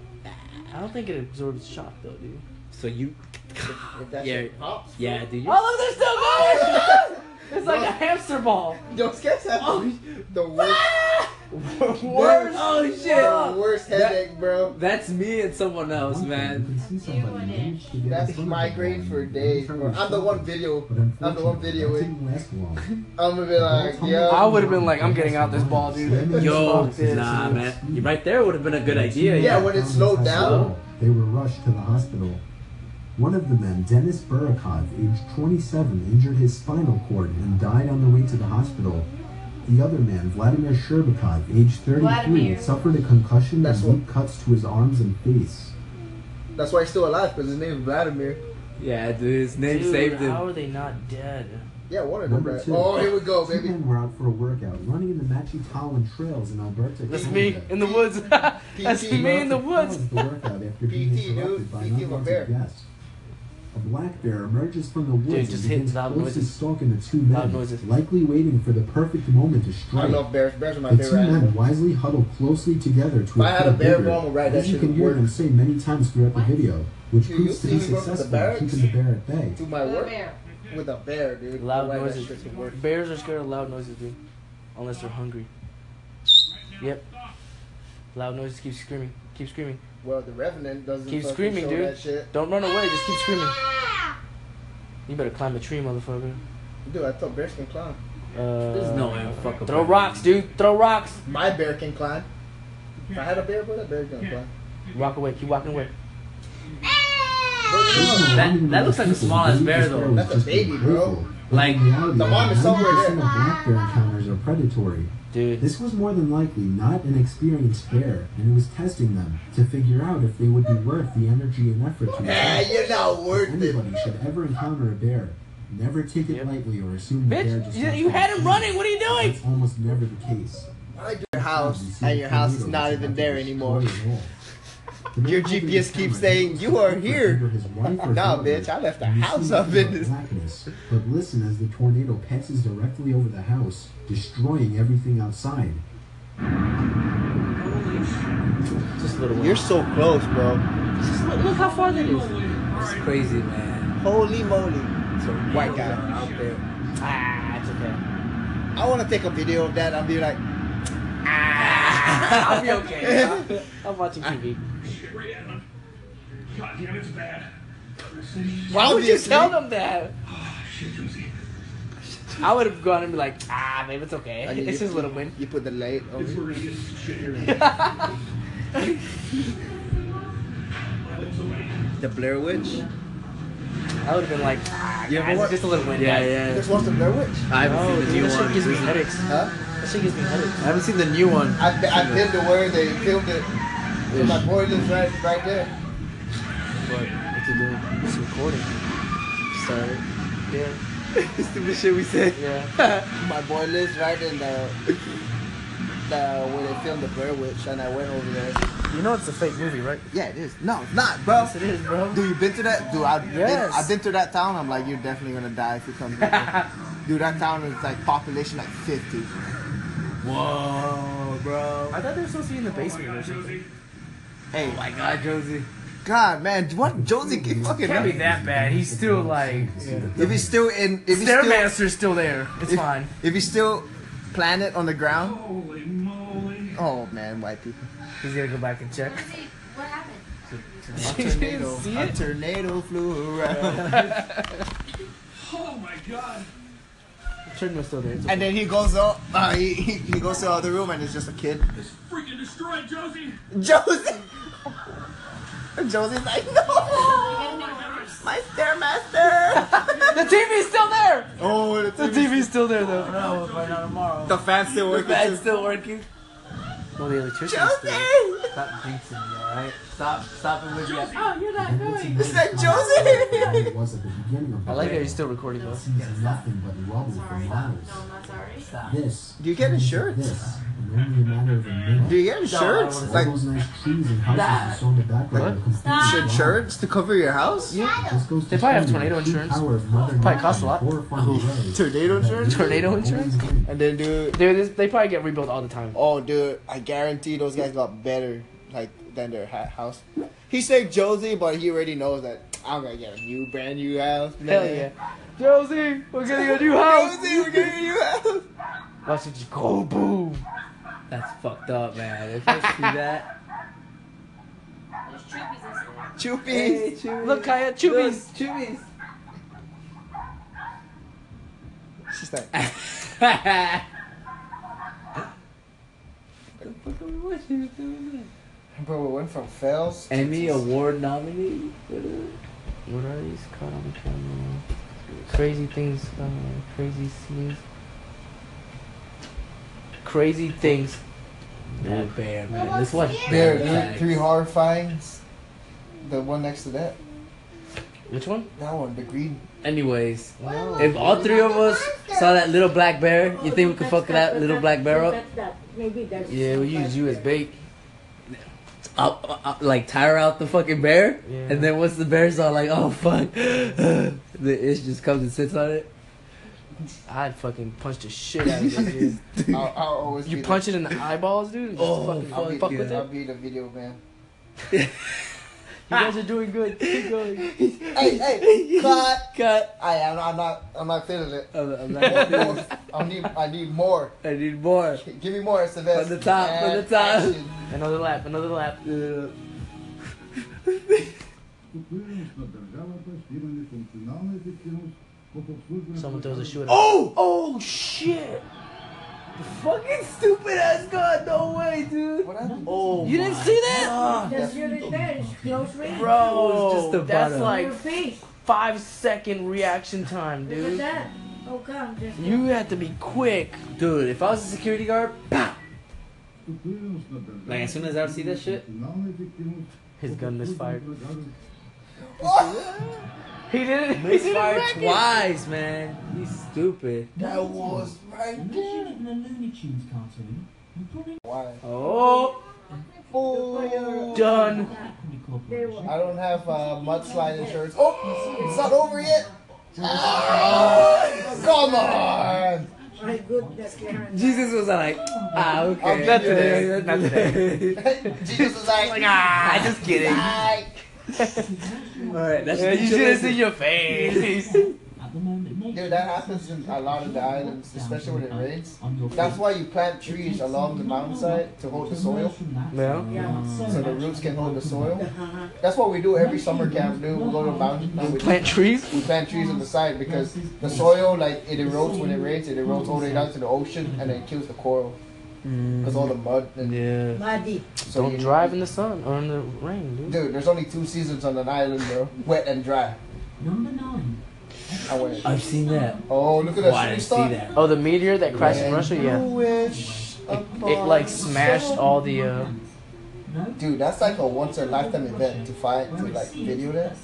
Speaker 1: I don't think it absorbs shock though, dude.
Speaker 5: So you,
Speaker 3: If that
Speaker 5: yeah,
Speaker 3: shit pops.
Speaker 5: yeah, dude. You're,
Speaker 1: Oh, look, they're still going! it's like a hamster ball.
Speaker 3: Those cats have the worst,
Speaker 1: Worse.
Speaker 5: oh
Speaker 3: the
Speaker 5: shit!
Speaker 3: worst
Speaker 5: That-
Speaker 3: headache, bro.
Speaker 5: That's me and someone else,
Speaker 9: One thing,
Speaker 5: man.
Speaker 9: You could see somebody manage to get in
Speaker 3: That's
Speaker 9: front of the
Speaker 3: migraine
Speaker 9: ball
Speaker 3: for
Speaker 9: and
Speaker 3: days,
Speaker 9: try to
Speaker 3: bro. I'm the
Speaker 9: stop
Speaker 3: one
Speaker 9: it.
Speaker 3: video.
Speaker 9: But
Speaker 3: I'm the one
Speaker 9: unfortunately, that
Speaker 3: videoing.
Speaker 9: didn't last long.
Speaker 3: I'm gonna be like,
Speaker 1: I
Speaker 3: yeah.
Speaker 1: would- would've been like, I'm getting out this ball, dude.
Speaker 5: Yo,
Speaker 1: Fuck this.
Speaker 5: nah, man. You right there would have been a good idea.
Speaker 3: Yeah, when it slowed down.
Speaker 9: They were rushed to the hospital. One of the men, Dennis Burakov, aged 27, injured his spinal cord and died on the way to the hospital. The other man, Vladimir Sherbakov, aged 33,
Speaker 6: Vladimir.
Speaker 9: suffered a concussion
Speaker 3: That's
Speaker 9: and deep cuts to his arms and face.
Speaker 3: That's why he's still alive because his name is Vladimir.
Speaker 5: Yeah, dude. His name
Speaker 1: Dude,
Speaker 5: saved
Speaker 1: How
Speaker 5: him.
Speaker 1: are they not dead?
Speaker 3: Yeah, one of them.
Speaker 9: Number
Speaker 3: Right?
Speaker 9: two.
Speaker 3: Oh, here we go,
Speaker 9: Two
Speaker 3: baby.
Speaker 9: men were out for a workout, running in the Machitowan trails in Alberta.
Speaker 1: That's me
Speaker 9: Canada.
Speaker 1: in the woods. That's
Speaker 3: PT,
Speaker 1: me in the
Speaker 9: Ralph
Speaker 1: woods.
Speaker 9: paused the workout after being
Speaker 3: PT, dude.
Speaker 9: interrupted by an
Speaker 3: PT, my
Speaker 9: unwanted
Speaker 3: bear.
Speaker 9: guest. A black bear emerges from the woods
Speaker 1: just
Speaker 9: and
Speaker 1: hit
Speaker 9: begins
Speaker 1: loud
Speaker 9: closely
Speaker 1: noises.
Speaker 9: stalking the two
Speaker 1: Loud
Speaker 9: men,
Speaker 1: noises.
Speaker 9: likely waiting for the perfect moment to
Speaker 3: I
Speaker 9: strike.
Speaker 3: love bears. Bears are my
Speaker 9: The two
Speaker 3: favorite animal.
Speaker 9: men wisely huddle closely together to
Speaker 3: If I had a
Speaker 9: appear
Speaker 3: bear
Speaker 9: bigger,
Speaker 3: bone, I would ride that
Speaker 9: as you
Speaker 3: shit
Speaker 9: can
Speaker 3: to
Speaker 9: hear
Speaker 3: work.
Speaker 9: them say many times throughout the video, which
Speaker 3: Dude,
Speaker 9: proves to
Speaker 3: you
Speaker 9: be
Speaker 3: see me go from the
Speaker 9: successful in
Speaker 3: barracks?
Speaker 9: keeping the bear at bay.
Speaker 3: To my
Speaker 6: Over
Speaker 3: work.
Speaker 6: there.
Speaker 3: With a bear, dude.
Speaker 1: Loud
Speaker 3: Why that
Speaker 1: noises.
Speaker 3: shit to work.
Speaker 1: Bears are scared of loud noises, dude. Unless they're hungry. Yep. Loud noises. Keep screaming. Keep screaming.
Speaker 3: Well, the Revenant doesn't
Speaker 1: Keep
Speaker 3: fucking
Speaker 1: screaming,
Speaker 3: show
Speaker 1: dude.
Speaker 3: that shit.
Speaker 1: Don't run away. Just keep screaming. You better climb a tree, motherfucker.
Speaker 3: Dude, I thought bears can climb.
Speaker 1: Uh,
Speaker 5: There's no way. Fuck a
Speaker 1: Throw
Speaker 5: bear.
Speaker 1: rocks, dude. Throw rocks.
Speaker 3: My bear can climb. If I had a bear, bro, that bear's gonna climb.
Speaker 1: Walk away. Keep walking away.
Speaker 4: Eh!
Speaker 5: That- that looks like a small-ass bear, though.
Speaker 3: That's a baby, bro.
Speaker 5: Like,
Speaker 3: the mom is somewhere there.
Speaker 9: of black bear encounters are predatory.
Speaker 1: Dude.
Speaker 9: This was more than likely not an experienced bear, and it was testing them to figure out if they would be worth the energy and effort to
Speaker 3: Nah,
Speaker 9: attack.
Speaker 3: you're not
Speaker 9: If
Speaker 3: worth it.
Speaker 9: anybody should ever encounter a bear, never take it
Speaker 1: Yep.
Speaker 9: lightly or assume the bear
Speaker 1: Bitch,
Speaker 9: just
Speaker 1: you,
Speaker 9: wants
Speaker 1: you
Speaker 9: to
Speaker 1: had him
Speaker 9: eat.
Speaker 1: running. What are you doing?
Speaker 9: That's almost never the case.
Speaker 3: I do your house, and your house is not even there anymore. Your GPS keeps saying, "You are here." Nah, bitch, I left the house up in this.
Speaker 9: Blackness, but listen as the tornado passes directly over the house, destroying everything outside.
Speaker 1: Just a little
Speaker 3: You're so close, bro.
Speaker 1: Just look, look how far that is.
Speaker 5: It's crazy, man.
Speaker 3: Holy moly.
Speaker 5: So
Speaker 3: White guy.
Speaker 5: out there.
Speaker 1: Ah, it's okay.
Speaker 3: I want to take a video of that and be like,
Speaker 1: I'll be okay. I'm- Ah. I'm watching TV.
Speaker 10: God damn, it's bad.
Speaker 3: why
Speaker 1: Why
Speaker 3: would
Speaker 1: would you tell
Speaker 3: I
Speaker 1: them that?
Speaker 5: Ah,
Speaker 10: Shit, Josie.
Speaker 1: I would have gone and be like, ah, babe, it's okay.
Speaker 3: mean,
Speaker 1: It's
Speaker 3: you-
Speaker 1: just a little win.
Speaker 3: You put the light on
Speaker 10: It's
Speaker 3: me.
Speaker 10: we're gonna get some shit here.
Speaker 3: The Blair Witch?
Speaker 1: I would have been like, ah,
Speaker 3: Yeah, but
Speaker 1: guys,
Speaker 3: what-
Speaker 1: it's just a little win.
Speaker 5: Yeah,
Speaker 1: guys.
Speaker 5: yeah.
Speaker 3: This one's the Blair Witch?
Speaker 5: I haven't
Speaker 1: No,
Speaker 5: seen the
Speaker 1: dude,
Speaker 5: new
Speaker 1: that Oh, shit
Speaker 5: one.
Speaker 1: gives me headaches.
Speaker 3: Huh?
Speaker 1: That
Speaker 12: shit gives me headaches.
Speaker 5: I haven't seen the new one.
Speaker 3: I've, been- I've been to where they filmed it. So my boy lives right, right there.
Speaker 12: But what's it doing? It's recording. Sorry. Yeah.
Speaker 5: Stupid shit we said.
Speaker 3: Yeah. my boy lives right in the, the where they filmed the Blair Witch, and I went over there.
Speaker 12: You know it's a fake movie, right?
Speaker 3: Yeah, it is. No, it's not, bro.
Speaker 12: Yes, it is, bro.
Speaker 3: Dude, you been to that? Dude, I've,
Speaker 12: Yes.
Speaker 3: been, I've been to that town. I'm like, you're definitely gonna die if you come here. Dude, that town is like population like 50.
Speaker 5: Whoa, bro.
Speaker 12: I thought they were supposed to be in the basement or something.
Speaker 3: Hey,
Speaker 5: Oh my god, Josie.
Speaker 3: God, man, what Josie can fucking?
Speaker 1: Can't be that bad. He's still like
Speaker 3: If he's still in, if he's still,
Speaker 1: Stairmaster's still there. It's
Speaker 3: If-
Speaker 1: fine.
Speaker 3: if he's still planted on the ground. Oh man, white people.
Speaker 1: He's gonna go back and check.
Speaker 13: What happened?
Speaker 3: A tornado, a tornado flew around.
Speaker 10: Oh
Speaker 1: Treadmill's still there. It's
Speaker 3: and then he goes up. Uh, he, he he goes to the other room, and it's just a kid.
Speaker 10: Freaking destroyed, Josie!
Speaker 3: Josie. Josie's like, no, my stairmaster.
Speaker 1: The TV's still there.
Speaker 3: oh, the
Speaker 1: The
Speaker 3: TV.
Speaker 1: TV's still there though. No, right now tomorrow.
Speaker 3: The fans still working.
Speaker 1: That's still working.
Speaker 5: Well, the electricity's
Speaker 3: Josie.
Speaker 5: still. Stop jinxing me, alright? Stop, stop it with your.
Speaker 1: Oh, you're not going.
Speaker 3: It's like Josie.
Speaker 9: It was at the beginning of the
Speaker 5: I like
Speaker 9: day.
Speaker 5: that he's still recording though.
Speaker 9: Seems nothing but rubble for
Speaker 13: Sorry. No,
Speaker 9: miles.
Speaker 13: I'm not sorry.
Speaker 9: This.
Speaker 3: Do you get insurance?
Speaker 9: This. And only a matter of a minute.
Speaker 3: Do you get insurance?
Speaker 9: All
Speaker 3: Like
Speaker 9: those nice trees and houses you saw in the background are completely
Speaker 13: Stop.
Speaker 9: gone.
Speaker 3: insurance to cover your house?
Speaker 9: This goes to
Speaker 1: They probably have
Speaker 9: show you
Speaker 1: tornado
Speaker 9: the true
Speaker 1: insurance.
Speaker 9: power of Mother
Speaker 1: Probably
Speaker 9: Nature
Speaker 1: costs a lot.
Speaker 9: in horrifying ways
Speaker 3: Tornado
Speaker 9: that
Speaker 3: insurance?
Speaker 9: we
Speaker 1: Tornado
Speaker 9: always
Speaker 1: insurance?
Speaker 9: win.
Speaker 3: And then do
Speaker 1: Dude, this, they probably get rebuilt all the time.
Speaker 3: oh dude, I guarantee those guys got better like than their ha- house. He said Josie, but he already knows that I'm gonna get a new brand new house.
Speaker 1: Hell yeah. Josie, we're getting a new house.
Speaker 3: Josie, we're getting a new house.
Speaker 1: Watch it just go boom.
Speaker 5: That's fucked up, man. If I see that.
Speaker 13: There's trippies and stuff.
Speaker 3: Two
Speaker 5: Hey,
Speaker 3: piece.
Speaker 5: Chewie.
Speaker 1: Look, Kaya, Chubby's.
Speaker 5: Chewies.
Speaker 3: She's like,
Speaker 5: what the fuck are we watching? What's going on?
Speaker 3: bro, we went from fails. to
Speaker 5: Emmy
Speaker 3: just-
Speaker 5: Award nominee. What are these caught on the camera?
Speaker 1: Crazy things, uh, crazy scenes. Crazy things.
Speaker 5: That bear, man. Let's watch
Speaker 3: There,
Speaker 5: Bear
Speaker 3: there,
Speaker 5: Facts.
Speaker 3: three horrifying. The one next to that,
Speaker 1: Which one?
Speaker 3: that one, the green.
Speaker 5: Anyways,
Speaker 14: No.
Speaker 5: if all three of us saw that little black bear, you think we could fuck that little black bear up?
Speaker 7: That's that. Maybe that's
Speaker 5: Yeah, we use you as bait. I'll, I'll- I'll, like tire out the fucking bear,
Speaker 1: Yeah.
Speaker 5: and then once the bear's all like, oh fuck, the itch just comes and sits on it.
Speaker 1: I'd fucking punch the shit out of you, dude.
Speaker 3: I'll, I'll always.
Speaker 1: You
Speaker 3: be
Speaker 1: punch it in the eyeballs, dude. and Just
Speaker 5: Oh,
Speaker 1: fucking
Speaker 3: The, I'll, be,
Speaker 1: fuck with
Speaker 3: I'll
Speaker 1: it.
Speaker 3: be the video man.
Speaker 1: You guys are doing good. Keep going.
Speaker 3: hey, hey, cut.
Speaker 5: Cut.
Speaker 3: I am not, I'm not, I'm not feeling it.
Speaker 5: I'm, I'm not gonna do it.
Speaker 3: I need, I need more.
Speaker 5: I need more.
Speaker 3: Give me more, Sylvester.
Speaker 5: From the top, from the
Speaker 3: And
Speaker 5: top.
Speaker 3: action.
Speaker 1: Another lap, another lap. Someone throws a shoe at us.
Speaker 5: Oh! Oh shit! The fucking stupid ass gun. No way, dude.
Speaker 3: What happened?
Speaker 5: Oh,
Speaker 1: You didn't see that?
Speaker 7: That's your revenge. Close range.
Speaker 1: Bro,
Speaker 5: It was just the
Speaker 1: that's
Speaker 5: bottom.
Speaker 1: like
Speaker 7: Your face.
Speaker 1: five second reaction time,
Speaker 7: Look at
Speaker 1: dude.
Speaker 7: that. Oh, come. Just
Speaker 1: You had to be quick.
Speaker 5: Dude, if I was a security guard, pow. Like as soon as I see that shit,
Speaker 1: His gun misfired.
Speaker 3: Oh,
Speaker 1: He did it. He did
Speaker 5: misfire
Speaker 1: it back.
Speaker 5: twice, man. He's stupid.
Speaker 3: that was right there. Why?
Speaker 1: Oh,
Speaker 3: Oh,
Speaker 1: done.
Speaker 7: they were.
Speaker 3: I don't have uh, mudslide insurance. Oh, it's not over yet. Ah, come on.
Speaker 7: My goodness, Clarence.
Speaker 5: Jesus was like, ah, okay.
Speaker 3: I'll get you
Speaker 5: today. Not today.
Speaker 3: Jesus was like,
Speaker 5: ah, just kidding.
Speaker 3: "Ay."
Speaker 5: Alright, that's
Speaker 1: You should have seen your face.
Speaker 3: Dude, that happens in a lot of the islands, especially when it rains. That's why you plant trees along the mountainside to hold the soil,
Speaker 1: No.
Speaker 3: so the roots can hold the soil. That's what we do every summer camp. Dude, we go to a mountain and we
Speaker 1: Plant trees.
Speaker 3: we plant trees on the side because the soil, like it erodes when it rains, it erodes all the way down to the ocean and then it kills the coral
Speaker 1: Mm.
Speaker 3: because all the mud. And,
Speaker 1: Yeah.
Speaker 7: Muddy.
Speaker 3: so
Speaker 1: Don't
Speaker 3: you-
Speaker 1: drive in the sun or in the rain, dude.
Speaker 3: Dude, there's only two seasons on an island, bro. Wet and dry. I wish.
Speaker 5: I've seen that.
Speaker 3: Oh, look at that
Speaker 5: Oh, I
Speaker 3: shooting
Speaker 5: didn't
Speaker 3: star.
Speaker 5: see that.
Speaker 1: Oh, the meteor that crashed in
Speaker 3: When
Speaker 1: Russia.
Speaker 3: you
Speaker 1: Yeah,
Speaker 3: wish
Speaker 1: it, it
Speaker 3: upon
Speaker 1: like smashed
Speaker 3: someone.
Speaker 1: all the. Uh,
Speaker 3: Dude, that's like a once in a lifetime event to find to like video that.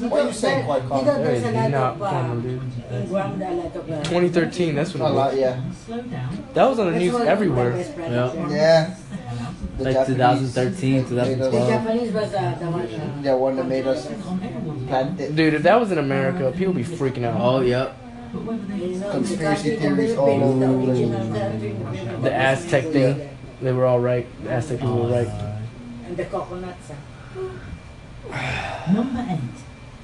Speaker 3: Why are you saying quite
Speaker 7: Because
Speaker 3: common?
Speaker 7: there's a lot
Speaker 1: No,
Speaker 7: of uh,
Speaker 1: come on, dude.
Speaker 7: in Rwanda, a lot of uh,
Speaker 1: 2013. That's when
Speaker 3: A
Speaker 1: it was.
Speaker 3: lot, yeah.
Speaker 1: That was on the
Speaker 7: that's
Speaker 1: news
Speaker 7: one of my
Speaker 1: everywhere.
Speaker 7: best friends,
Speaker 5: Yeah.
Speaker 3: Yeah. The
Speaker 5: Like
Speaker 3: Japanese
Speaker 5: 2013,
Speaker 3: made us-
Speaker 7: The
Speaker 5: 2012.
Speaker 7: Japanese was uh, the one. Uh,
Speaker 3: Yeah, one that made us plant it.
Speaker 1: Dude, if that was in America, people would be freaking out.
Speaker 5: Oh, yep.
Speaker 7: you know,
Speaker 3: Conspiracy
Speaker 7: because
Speaker 3: theories
Speaker 7: they
Speaker 3: all
Speaker 7: believe the
Speaker 3: over the
Speaker 7: original
Speaker 3: place.
Speaker 7: country, the people
Speaker 1: The Aztec
Speaker 7: were
Speaker 1: thing.
Speaker 7: there,
Speaker 1: They were all right. The Aztec people were right.
Speaker 7: And the coconuts. uh,
Speaker 10: Number eight.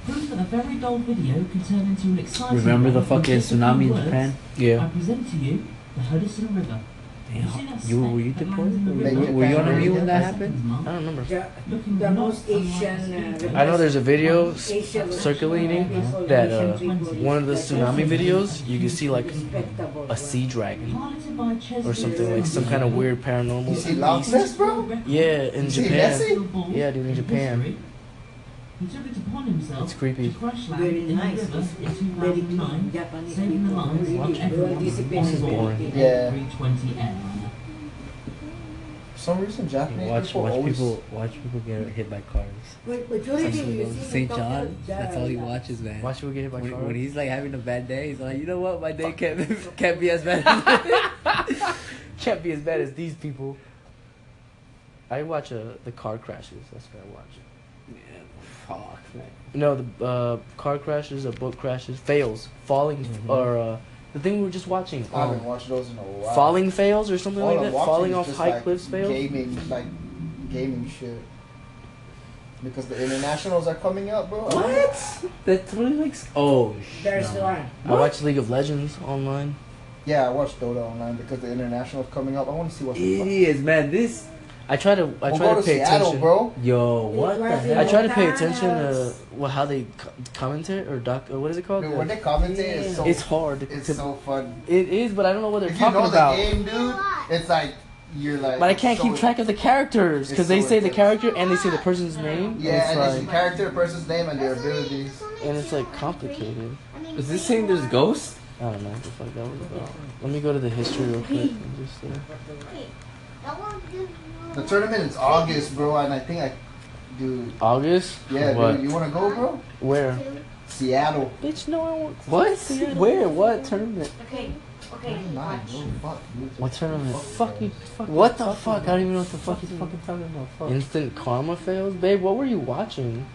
Speaker 10: Proof that a very dull video can turn into an exciting.
Speaker 5: Remember the
Speaker 10: one with
Speaker 5: fucking
Speaker 10: just a few
Speaker 5: tsunami in
Speaker 10: words?
Speaker 5: Japan?
Speaker 10: I
Speaker 1: Yeah.
Speaker 10: present to you the Hudson River.
Speaker 5: Damn. You were you deported? Were you,
Speaker 3: Make
Speaker 5: were you on a
Speaker 3: Japan
Speaker 5: mute
Speaker 3: really
Speaker 5: when that
Speaker 3: depressing.
Speaker 5: happened?
Speaker 1: I don't remember.
Speaker 7: The,
Speaker 10: Looking
Speaker 7: the
Speaker 10: not
Speaker 7: most
Speaker 10: unlike
Speaker 7: Asian.
Speaker 10: speaking.
Speaker 7: Uh,
Speaker 1: I know there's a video s-
Speaker 7: Asian-
Speaker 1: circulating
Speaker 7: people,
Speaker 1: that
Speaker 7: Asian
Speaker 1: uh,
Speaker 7: people is
Speaker 1: one of the tsunami
Speaker 7: respectable.
Speaker 1: videos, you can see like
Speaker 7: Respectable
Speaker 1: a
Speaker 7: one.
Speaker 1: sea dragon
Speaker 10: Piloted by Chester
Speaker 1: or something like some kind of weird
Speaker 3: You see
Speaker 1: paranormal.
Speaker 3: Loch Ness, bro?
Speaker 1: Yeah, in
Speaker 3: See
Speaker 1: Japan.
Speaker 3: Nessie?
Speaker 1: Yeah, dude, in Japan.
Speaker 10: He took it upon himself
Speaker 1: It's creepy.
Speaker 10: to crash land
Speaker 7: Very
Speaker 10: in the
Speaker 7: nice.
Speaker 10: river in
Speaker 7: Very
Speaker 10: 2009,
Speaker 7: clean Japanese
Speaker 10: saving the
Speaker 7: people.
Speaker 10: lives
Speaker 7: Really,
Speaker 10: of
Speaker 7: they
Speaker 10: everyone
Speaker 7: anticipate
Speaker 10: on board
Speaker 1: boring.
Speaker 7: everything.
Speaker 3: Yeah.
Speaker 10: 320M.
Speaker 3: For some reason, Japanese
Speaker 5: Watch
Speaker 3: people
Speaker 5: watch
Speaker 3: always.
Speaker 5: people watch people get hit by cars.
Speaker 7: But majority you see
Speaker 5: St.
Speaker 7: doctor-
Speaker 5: John, that's all he watches, man.
Speaker 1: Watch people get hit by
Speaker 5: When,
Speaker 1: cars.
Speaker 5: when he's like having a bad day, he's like, you know what, my day can't can't be as bad. as
Speaker 1: Can't be as bad as these people. I watch uh, the car crashes. That's what I watch.
Speaker 5: Fuck, man.
Speaker 1: No, the uh, car crashes, a boat crashes, fails, falling, or uh, the thing we were just watching.
Speaker 3: I haven't
Speaker 1: um,
Speaker 3: watched those in a while.
Speaker 1: Falling fails or something
Speaker 3: Oh, All
Speaker 1: like
Speaker 3: I'm
Speaker 1: that.
Speaker 3: watching
Speaker 1: Falling
Speaker 3: is
Speaker 1: off
Speaker 3: just,
Speaker 1: high
Speaker 3: like,
Speaker 1: cliffs fails.
Speaker 3: Gaming, like gaming shit. Because the internationals are coming out, bro.
Speaker 5: What? That's really like. s- Oh, sh-
Speaker 7: There's
Speaker 5: no.
Speaker 7: one.
Speaker 1: I watch League of Legends online.
Speaker 3: Yeah, I watched Dota online because the internationals coming up. I want to see what's.
Speaker 5: It is, man. This.
Speaker 1: I try to I
Speaker 3: We'll
Speaker 1: try
Speaker 3: go
Speaker 1: to
Speaker 3: to
Speaker 1: pay
Speaker 3: Seattle,
Speaker 1: attention.
Speaker 3: bro.
Speaker 5: Yo, what the
Speaker 1: I
Speaker 5: hell?
Speaker 1: try to pay attention to well, how they co- commentate or doc or what is it called?
Speaker 3: Dude,
Speaker 1: The-
Speaker 3: when they commentate, it's so
Speaker 1: it's hard.
Speaker 3: it's
Speaker 1: to-
Speaker 3: so fun.
Speaker 1: it is, but I don't know what they're
Speaker 3: If you
Speaker 1: talking
Speaker 3: know
Speaker 1: about.
Speaker 3: the game, dude, it's like you're like.
Speaker 1: But I can't
Speaker 3: so-
Speaker 1: keep track of the characters
Speaker 3: It's
Speaker 1: because they
Speaker 3: so
Speaker 1: say the
Speaker 3: intense.
Speaker 1: character and they say the person's name.
Speaker 3: Yeah,
Speaker 1: and
Speaker 3: and it's
Speaker 1: it's
Speaker 3: the
Speaker 1: like
Speaker 3: character, person's name, and their abilities.
Speaker 1: and it's like complicated.
Speaker 5: Is this saying there's ghosts?
Speaker 1: I don't know what the fuck that was about. Let me go to the history real quick. and just, uh,
Speaker 3: The tournament is August, bro, and I think I, dude.
Speaker 1: August.
Speaker 3: Yeah,
Speaker 1: What?
Speaker 3: dude, you wanna go, bro?
Speaker 1: Where?
Speaker 3: Seattle.
Speaker 1: Bitch, no, I won't.
Speaker 5: What?
Speaker 1: Where? What tournament?
Speaker 6: Okay, okay,
Speaker 3: Nah,
Speaker 6: watch.
Speaker 3: bro, Oh fuck, dude.
Speaker 1: What tournament?
Speaker 3: Fuck you.
Speaker 5: What the fuck? I don't even know what the fuck he's fucking talking about. Fuck.
Speaker 1: Instant karma fails, babe. What were you watching?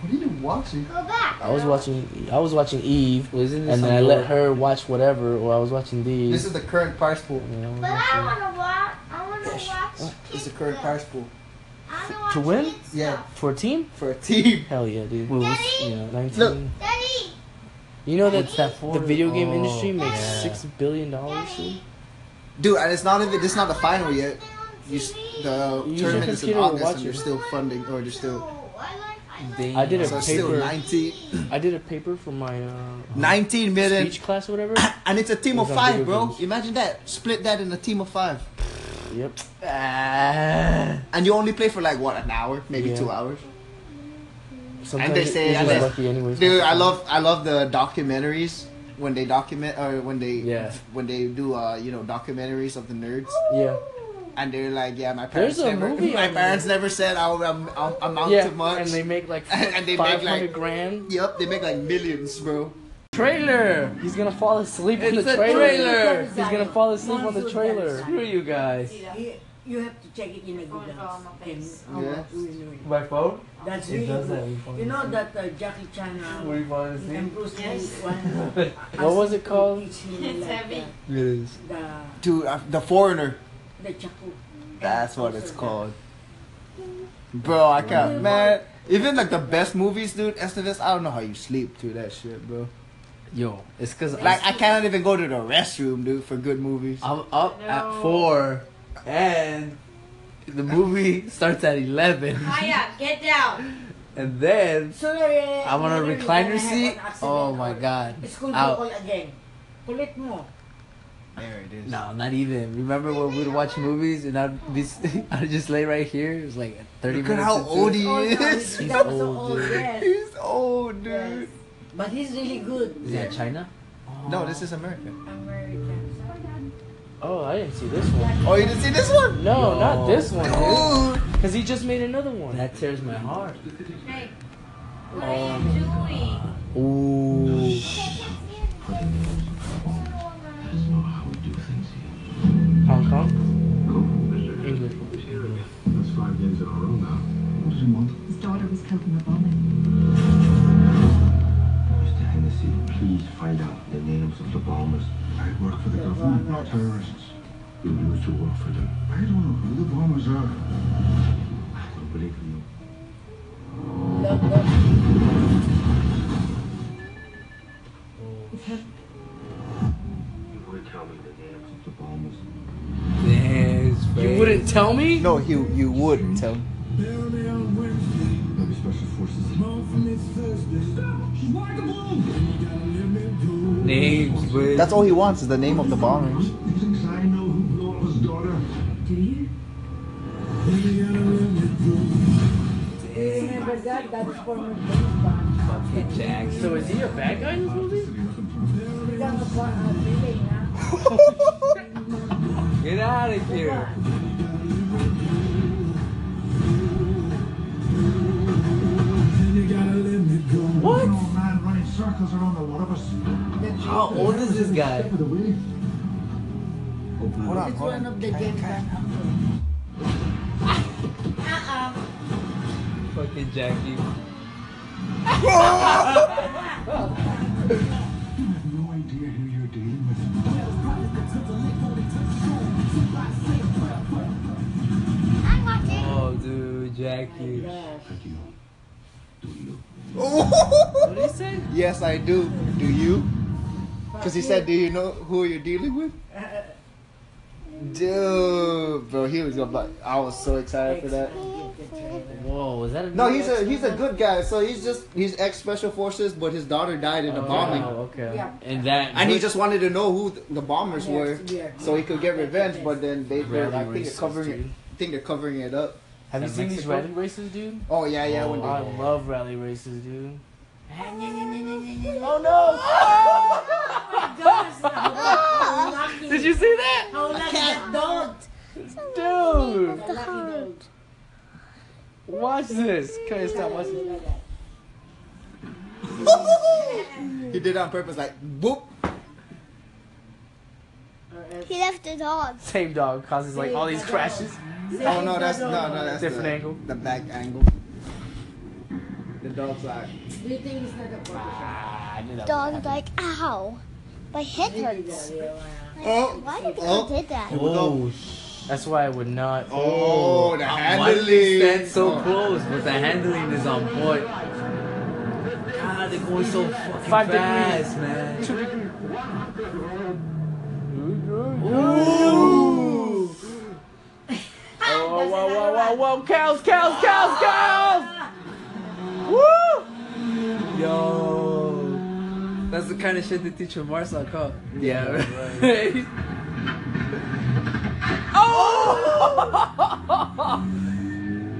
Speaker 3: What are you watching?
Speaker 4: Go back.
Speaker 1: I was watching. I was watching Eve,
Speaker 5: Wasn't this
Speaker 1: and then
Speaker 5: on
Speaker 1: I
Speaker 5: your-
Speaker 1: let her watch whatever, or I was watching these.
Speaker 3: This is the current prize pool.
Speaker 1: and I was
Speaker 4: But I
Speaker 1: watching-
Speaker 4: wanna watch. I wanna watch.
Speaker 3: This is
Speaker 4: kids
Speaker 3: the current
Speaker 4: stuff.
Speaker 3: prize pool
Speaker 4: I wanna watch
Speaker 1: To win?
Speaker 4: kids
Speaker 3: Yeah.
Speaker 4: stuff.
Speaker 1: for a team?
Speaker 3: for a team.
Speaker 1: Hell yeah, dude.
Speaker 5: Wait, what's-
Speaker 4: Daddy,
Speaker 1: Yeah, nineteen.
Speaker 3: Look.
Speaker 4: Daddy,
Speaker 1: You know that
Speaker 5: What's that for?
Speaker 1: the video game
Speaker 5: Oh,
Speaker 1: industry makes
Speaker 5: yeah.
Speaker 1: six billion dollars.
Speaker 4: Daddy.
Speaker 3: Dude, and it's not even. This is not the final
Speaker 4: they're
Speaker 3: yet.
Speaker 4: on
Speaker 3: You, s-
Speaker 4: TV.
Speaker 3: the
Speaker 1: Use your
Speaker 3: tournament is in
Speaker 1: computer and
Speaker 3: August,
Speaker 1: watch
Speaker 3: and they're
Speaker 1: it.
Speaker 3: still funding, or they're still.
Speaker 4: No, I like- I like-
Speaker 1: I did a
Speaker 3: So it's still
Speaker 1: paper.
Speaker 3: 19,
Speaker 1: I did a paper for my uh,
Speaker 3: 19 million,
Speaker 1: speech class or whatever.
Speaker 3: and it's a team of
Speaker 1: Those are
Speaker 3: five,
Speaker 1: video
Speaker 3: bro.
Speaker 1: games.
Speaker 3: Imagine that. Split that in a team of five,
Speaker 1: yep.
Speaker 3: and you only play for like what an hour, maybe
Speaker 1: Yeah.
Speaker 3: two hours.
Speaker 1: Sometimes
Speaker 3: they say-
Speaker 1: you're
Speaker 3: and
Speaker 1: just
Speaker 3: they-
Speaker 1: lucky anyways.
Speaker 3: Dude, I love I love the documentaries when they document or when they
Speaker 1: Yeah.
Speaker 3: when they do uh you know documentaries of the nerds,
Speaker 1: Yeah.
Speaker 3: and they're like, yeah, my parents
Speaker 1: There's a
Speaker 3: never
Speaker 1: movie
Speaker 3: my
Speaker 1: on
Speaker 3: parents never said I'll, am I'll amount
Speaker 1: Yeah.
Speaker 3: to much.
Speaker 1: And they make like
Speaker 3: And they make,
Speaker 1: five hundred
Speaker 3: like-
Speaker 1: grand.
Speaker 3: Yep, they make like millions, bro.
Speaker 1: Trailer. He's gonna fall asleep in
Speaker 5: It's
Speaker 1: the
Speaker 5: a
Speaker 1: trailer.
Speaker 5: trailer.
Speaker 1: He's gonna fall asleep on the trailer.
Speaker 5: Screw you guys.
Speaker 7: You, you have to check it in a good house.
Speaker 3: Yeah.
Speaker 1: My phone.
Speaker 7: That's
Speaker 5: It
Speaker 7: really
Speaker 5: does that.
Speaker 7: good. You know that uh, Jackie Chan uh,
Speaker 5: We fall
Speaker 7: and Bruce Lee
Speaker 6: Yes.
Speaker 7: one. uh,
Speaker 1: What was it called?
Speaker 7: Teach him,
Speaker 6: It's
Speaker 7: like,
Speaker 6: heavy.
Speaker 3: It is.
Speaker 7: uh, The
Speaker 3: Dude, uh, the foreigner.
Speaker 7: the chaku.
Speaker 3: That's what
Speaker 7: Also
Speaker 3: it's
Speaker 7: the-
Speaker 3: called. Bro, I can't. Man, even like the best movies, dude, SFS, I don't know how you sleep through that shit, bro.
Speaker 5: Yo, it's cause
Speaker 3: Like, I cannot even go to the restroom, dude, for good movies.
Speaker 5: I'm up at
Speaker 6: No.
Speaker 5: four, and the movie starts at eleven,
Speaker 6: Kaya, get down.
Speaker 5: and then
Speaker 7: So, uh,
Speaker 5: I'm on a
Speaker 7: you're
Speaker 5: recliner
Speaker 7: gonna have
Speaker 5: seat.
Speaker 7: an accident
Speaker 5: Oh my
Speaker 7: or-
Speaker 5: god!
Speaker 7: It's called
Speaker 5: Out.
Speaker 7: Out. again. Kulit mo.
Speaker 3: There it is.
Speaker 5: No, not even. Remember when we'd watch movies and I'd be, I'd just lay right here. It was like thirty
Speaker 3: Look at
Speaker 5: minutes.
Speaker 3: how
Speaker 5: into
Speaker 3: old
Speaker 5: it.
Speaker 3: he is.
Speaker 5: He's
Speaker 7: That was so
Speaker 5: old,
Speaker 7: old,
Speaker 5: dude.
Speaker 7: yes.
Speaker 3: He's old, dude.
Speaker 7: But he's really good.
Speaker 5: Is that China?
Speaker 3: No, this is America.
Speaker 1: Oh, I didn't see this one.
Speaker 3: Oh, you didn't see this one?
Speaker 1: No,
Speaker 5: Yo.
Speaker 1: not this one, dude. Because he just made another one.
Speaker 5: That tears my heart.
Speaker 6: Hey, what are
Speaker 1: Um,
Speaker 6: you doing?
Speaker 5: Ooh.
Speaker 1: Hong Kong? England.
Speaker 9: That's five games in a row now.
Speaker 15: His daughter was killed in a bombing.
Speaker 9: Mr. Hennessy, please find out the names of the bombers. I work for the government, not terrorists. You used to work for them. I don't know who the bombers are. I don't believe you.
Speaker 15: It's her
Speaker 9: You wouldn't tell me the names of the bombers.
Speaker 1: You wouldn't tell me?
Speaker 3: No, he, you would tell him.
Speaker 9: Maybe special forces.
Speaker 5: Names, but
Speaker 3: That's all he wants is the name of the bombers.
Speaker 9: You think I know who blew up his daughter?
Speaker 15: Do you?
Speaker 7: Remember that? That's from Japan.
Speaker 5: fucking Jackson.
Speaker 1: So is he a bad guy in this movie?
Speaker 7: From a bar- a building, huh?
Speaker 5: Get out of here.
Speaker 1: What?
Speaker 9: man running circles around all of us.
Speaker 5: How old is this guy?
Speaker 3: Hold on,
Speaker 7: It's
Speaker 3: hold on.
Speaker 7: one of the games that
Speaker 6: Uh-uh.
Speaker 5: Fucking Jackie.
Speaker 9: You have no idea who you're dealing with.
Speaker 4: I'm watching.
Speaker 5: Oh, dude, Jackie.
Speaker 9: Thank you. Do you?
Speaker 3: Oh,
Speaker 1: What did he say?
Speaker 3: yes, I do. Do you? Because he said, do you know who you're dealing with? Dude, bro, he was gonna. Like, I was so excited for that.
Speaker 1: Whoa, was that a
Speaker 3: No, he's a he's a good guy. So he's just he's ex special forces, but his daughter died in a bombing,
Speaker 1: Oh, okay.
Speaker 7: Yeah.
Speaker 5: And that.
Speaker 3: and he just wanted to know who th- the bombers were,
Speaker 7: Yeah.
Speaker 3: so he could get revenge. But then they they're, I think they're
Speaker 1: Racist,
Speaker 3: covering it.
Speaker 1: dude.
Speaker 3: I think they're covering it up.
Speaker 1: Have you
Speaker 5: That
Speaker 1: seen these
Speaker 5: Mexico?
Speaker 1: rally races, dude?
Speaker 3: Oh yeah, yeah.
Speaker 1: Oh,
Speaker 3: when they,
Speaker 1: I love rally races, dude.
Speaker 7: Gosh, how lucky.
Speaker 1: Did you see that?
Speaker 7: How lucky that dog.
Speaker 1: Dude,
Speaker 7: How lucky dog.
Speaker 1: watch this. Can you stop watching?
Speaker 3: he did it on purpose, like boop.
Speaker 4: He left the dog.
Speaker 1: Same dog causes like all these crashes.
Speaker 3: Oh no, that's no, no, that's
Speaker 1: Different
Speaker 3: the,
Speaker 1: angle.
Speaker 3: The back angle. The dog's like.
Speaker 7: Do you think it's not a problem?
Speaker 1: Ah, I knew that.
Speaker 4: Dog's like, ow. My head hurts.
Speaker 3: Oh,
Speaker 4: Why did
Speaker 3: oh.
Speaker 4: you did that?
Speaker 3: Here we go.
Speaker 1: That's why I would not.
Speaker 3: Oh, the Oh,
Speaker 5: Why did he
Speaker 3: handling.
Speaker 5: stand so close? But the handling is on point. God, they're going so fucking
Speaker 1: Five degrees.
Speaker 5: fast, man.
Speaker 1: Ooh. Oh, whoa, whoa, whoa, whoa, cows, cows, cows, cows! Woo!
Speaker 5: Yo. That's the kind of shit the teacher Marcel caught.
Speaker 3: Yeah,
Speaker 5: Right. oh!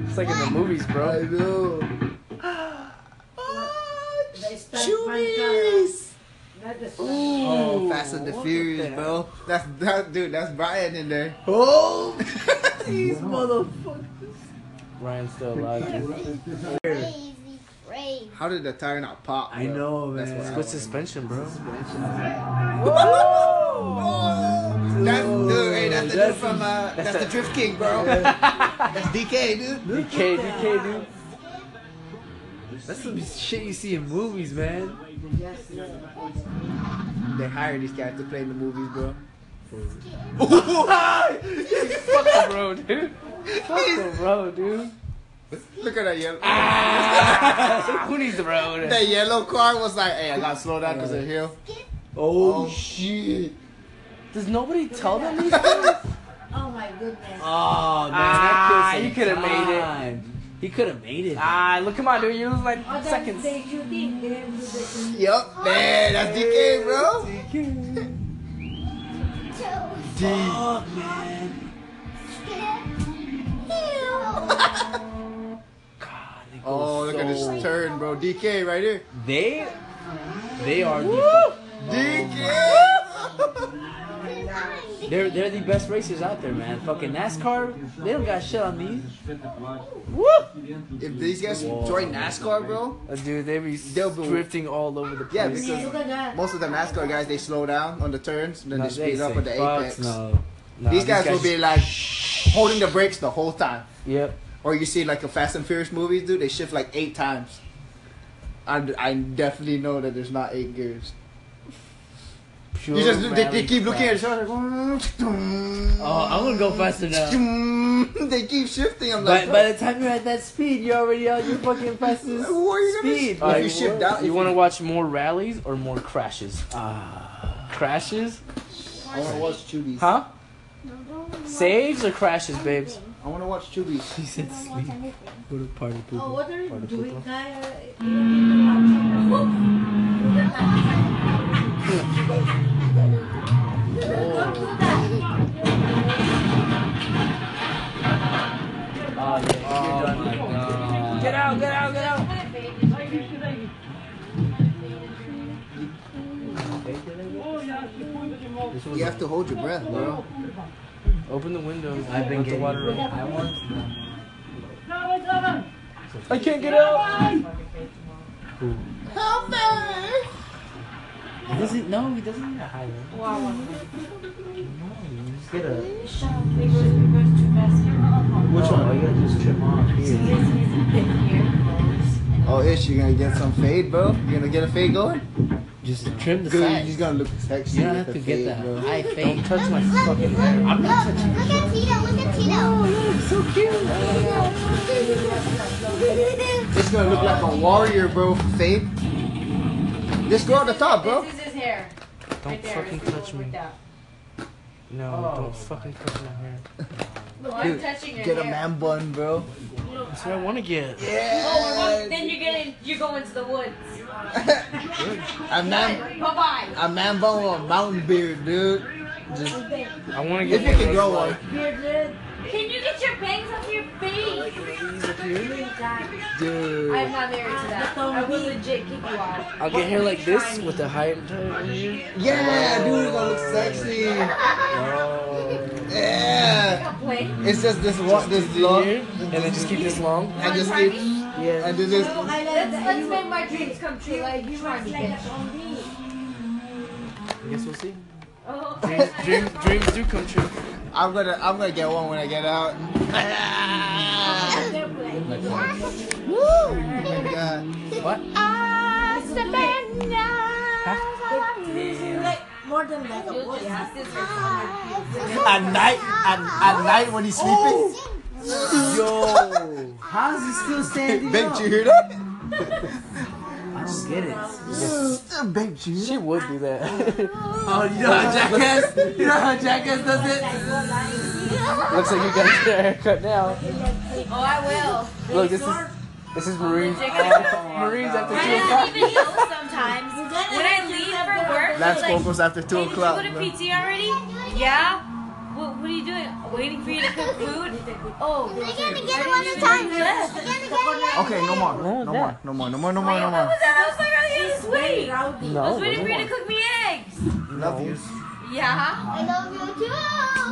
Speaker 1: It's like in the movies,
Speaker 3: I
Speaker 1: bro.
Speaker 3: know.
Speaker 7: They start Chewies! Not the
Speaker 3: Oh, Fast and the
Speaker 1: what
Speaker 3: Furious,
Speaker 1: the
Speaker 3: bro. That's that dude. That's Brian in there.
Speaker 5: oh! These motherfuckers.
Speaker 1: Ryan's still alive. dude.
Speaker 4: Crazy, crazy.
Speaker 3: How did the tire not pop?
Speaker 5: I
Speaker 3: bro?
Speaker 5: know,
Speaker 3: That's
Speaker 5: man.
Speaker 3: what I
Speaker 1: Good
Speaker 3: wanted.
Speaker 1: suspension, bro.
Speaker 3: Oh, that's dude. Hey, that's the dude
Speaker 5: That's-
Speaker 3: from uh, that's, the Drift King, bro. that's DK, dude.
Speaker 1: DK, DK, dude.
Speaker 5: That's some shit you see in movies, man.
Speaker 7: Yes, yes.
Speaker 3: They hire these guys to play in the movies, bro.
Speaker 1: Fuck the road, dude. Fuck the road, dude.
Speaker 3: Look at that yellow.
Speaker 5: Ah!
Speaker 1: Who needs the road?
Speaker 3: That yellow car was like, hey, I gotta slow down because of the hill.
Speaker 5: Oh,
Speaker 3: Oh shit!
Speaker 1: Does nobody tell them these things?
Speaker 7: Oh my goodness.
Speaker 5: Oh man,
Speaker 1: Ah,
Speaker 5: that
Speaker 1: you could've made it.
Speaker 5: He could have made it.
Speaker 1: Ah, look, come on, dude. You lose like
Speaker 7: Oh, that's
Speaker 1: seconds.
Speaker 7: they shooting. They do the shooting.
Speaker 3: Yup, man, that's DK, bro.
Speaker 4: Two
Speaker 3: deep. Oh, look at
Speaker 16: so-
Speaker 3: this turn, bro. DK right here.
Speaker 5: They, they are.
Speaker 3: Woo!
Speaker 5: The,
Speaker 3: DK.
Speaker 5: they're they're the best racers out there, man. Fucking NASCAR, they don't got shit on these.
Speaker 3: Woo! If these guys
Speaker 5: Whoa.
Speaker 3: join NASCAR, bro,
Speaker 1: Dude, they be
Speaker 3: they'll be
Speaker 1: drifting all over the place.
Speaker 3: Yeah, because most of the NASCAR guys they slow down on the turns and then
Speaker 1: No,
Speaker 3: they speed
Speaker 1: they
Speaker 3: up
Speaker 1: say,
Speaker 3: at the
Speaker 1: "Fuck
Speaker 3: apex.
Speaker 1: no." Nah,
Speaker 3: these
Speaker 1: these
Speaker 3: guys
Speaker 1: guys
Speaker 3: will be
Speaker 1: just-
Speaker 3: like holding the brakes the whole time.
Speaker 1: Yep.
Speaker 3: Or you see like a Fast and Furious movies, dude. They shift like eight times. I, I definitely know that there's not eight gears.
Speaker 1: Pure
Speaker 3: you just they, they
Speaker 1: rally
Speaker 3: keep looking at
Speaker 1: crash.
Speaker 3: each other. Like,
Speaker 5: Oh, I'm gonna go faster now.
Speaker 3: they keep shifting. I'm
Speaker 5: By,
Speaker 3: like,
Speaker 5: by the time you're at that speed, you're already on your fucking fastest
Speaker 3: What are you gonna-
Speaker 5: speed.
Speaker 3: If you shift out- if
Speaker 1: you want to watch more rallies or more crashes? Ah, crashes,
Speaker 3: I want to watch Chubis.
Speaker 1: huh? Saves or crashes, babes?
Speaker 3: I want to watch Chubis. He said
Speaker 4: sleep.
Speaker 1: Go to party
Speaker 7: Oh, what are you doing, guy?
Speaker 5: Oh, yeah, you're done.
Speaker 1: Get out! Get out! Get out!
Speaker 3: You have to hold your breath, bro.
Speaker 1: Open the windows. and
Speaker 5: I've been
Speaker 1: let the
Speaker 5: getting
Speaker 1: water. in.
Speaker 5: I want.
Speaker 1: I can't get out.
Speaker 4: Help me!
Speaker 5: He doesn't. No, he doesn't need a high one.
Speaker 6: Wow.
Speaker 5: Just get a.
Speaker 6: It goes it goes too fast here.
Speaker 3: Which
Speaker 5: Oh,
Speaker 3: one?
Speaker 5: you gotta just trim off
Speaker 6: See,
Speaker 5: here.
Speaker 6: this is here.
Speaker 3: Oh, Ish, you're gonna get some fade, bro. You're gonna get a fade going.
Speaker 5: Just trim the
Speaker 3: Good, you're
Speaker 5: sides.
Speaker 3: just gonna look sexy.
Speaker 5: You don't
Speaker 3: with
Speaker 5: have
Speaker 3: the
Speaker 5: to get
Speaker 3: fade,
Speaker 5: that
Speaker 3: bro.
Speaker 5: high
Speaker 1: Don't
Speaker 5: fade.
Speaker 1: touch my fucking hair.
Speaker 5: I'm not
Speaker 4: Look, look at Tito, look at Tito.
Speaker 5: so cute.
Speaker 3: It's gonna look like a warrior, bro. Fade. Just go on the top, bro.
Speaker 6: This is his hair.
Speaker 1: Don't
Speaker 6: right there.
Speaker 1: fucking
Speaker 6: It's
Speaker 1: touch
Speaker 6: like
Speaker 1: me.
Speaker 6: that.
Speaker 1: No, don't Oh, fucking touch my hair.
Speaker 6: Well, I'm touching your
Speaker 3: Get a
Speaker 6: hair.
Speaker 3: man bun, bro.
Speaker 1: That's what I want to get.
Speaker 6: Oh, well,
Speaker 3: Yeah.
Speaker 6: then you're getting, you're going to the woods.
Speaker 3: A man,
Speaker 6: Bye bye.
Speaker 3: a man bun with a mountain beard, dude. Just
Speaker 1: I want to get.
Speaker 3: if you can grow one.
Speaker 6: Can you get your bangs off your face? I'm
Speaker 3: Dude.
Speaker 6: not married to that. I will legit kick you out.
Speaker 1: I'll get hair like this with the high and tight right here.
Speaker 3: Yeah, dude, it's gonna look sexy.
Speaker 5: Oh.
Speaker 3: Yeah.
Speaker 6: I'll play.
Speaker 3: It's just this one, this long,
Speaker 1: Here, and then just keep this long.
Speaker 3: and just keep, and then just.
Speaker 7: I like
Speaker 6: Let's,
Speaker 7: that.
Speaker 6: let's
Speaker 7: You
Speaker 6: make my dreams come true. Like you trying to get.
Speaker 1: I guess we'll see.
Speaker 6: Oh,
Speaker 1: Dreams, dreams, dreams do come true.
Speaker 3: I'm gonna I'm gonna get one when I get out. Oh Woo!
Speaker 1: What?
Speaker 4: Ah, Savannah.
Speaker 7: like more than like a
Speaker 6: You'll
Speaker 7: boy.
Speaker 6: just
Speaker 7: huh?
Speaker 6: see scissors.
Speaker 3: At night, at, at night when he's sleeping.
Speaker 5: Yo, how's he still standing
Speaker 3: Babe,
Speaker 5: up?
Speaker 3: did you hear that?
Speaker 5: I don't get it.
Speaker 3: Babe, did you hear
Speaker 1: She would do that.
Speaker 5: Oh, you know how Jackass? You know how Jackass does it?
Speaker 1: Looks like you got your haircut now.
Speaker 6: Oh, I will.
Speaker 1: Look, this is this is
Speaker 5: Oh
Speaker 1: Marines.
Speaker 6: Check it out.
Speaker 1: Marines after two
Speaker 6: I
Speaker 1: o'clock.
Speaker 6: don't even know sometimes. When I leave for work,
Speaker 3: That's
Speaker 6: like,
Speaker 3: vocals after two
Speaker 6: hey, did you
Speaker 3: o'clock.
Speaker 6: go
Speaker 3: bro.
Speaker 6: to PT already? Yeah. What, what are you doing? Waiting for you to cook food? Oh.
Speaker 4: We're gonna get it one at a time. We're gonna get it one
Speaker 3: Okay, no more, no more, no more, no more, no more, no
Speaker 6: I was
Speaker 3: more.
Speaker 6: at the house like I was
Speaker 7: Very
Speaker 6: waiting. I
Speaker 7: rowdy.
Speaker 1: No,
Speaker 6: was waiting for you to cook me eggs.
Speaker 3: Love you.
Speaker 6: Yeah.
Speaker 4: I love you too.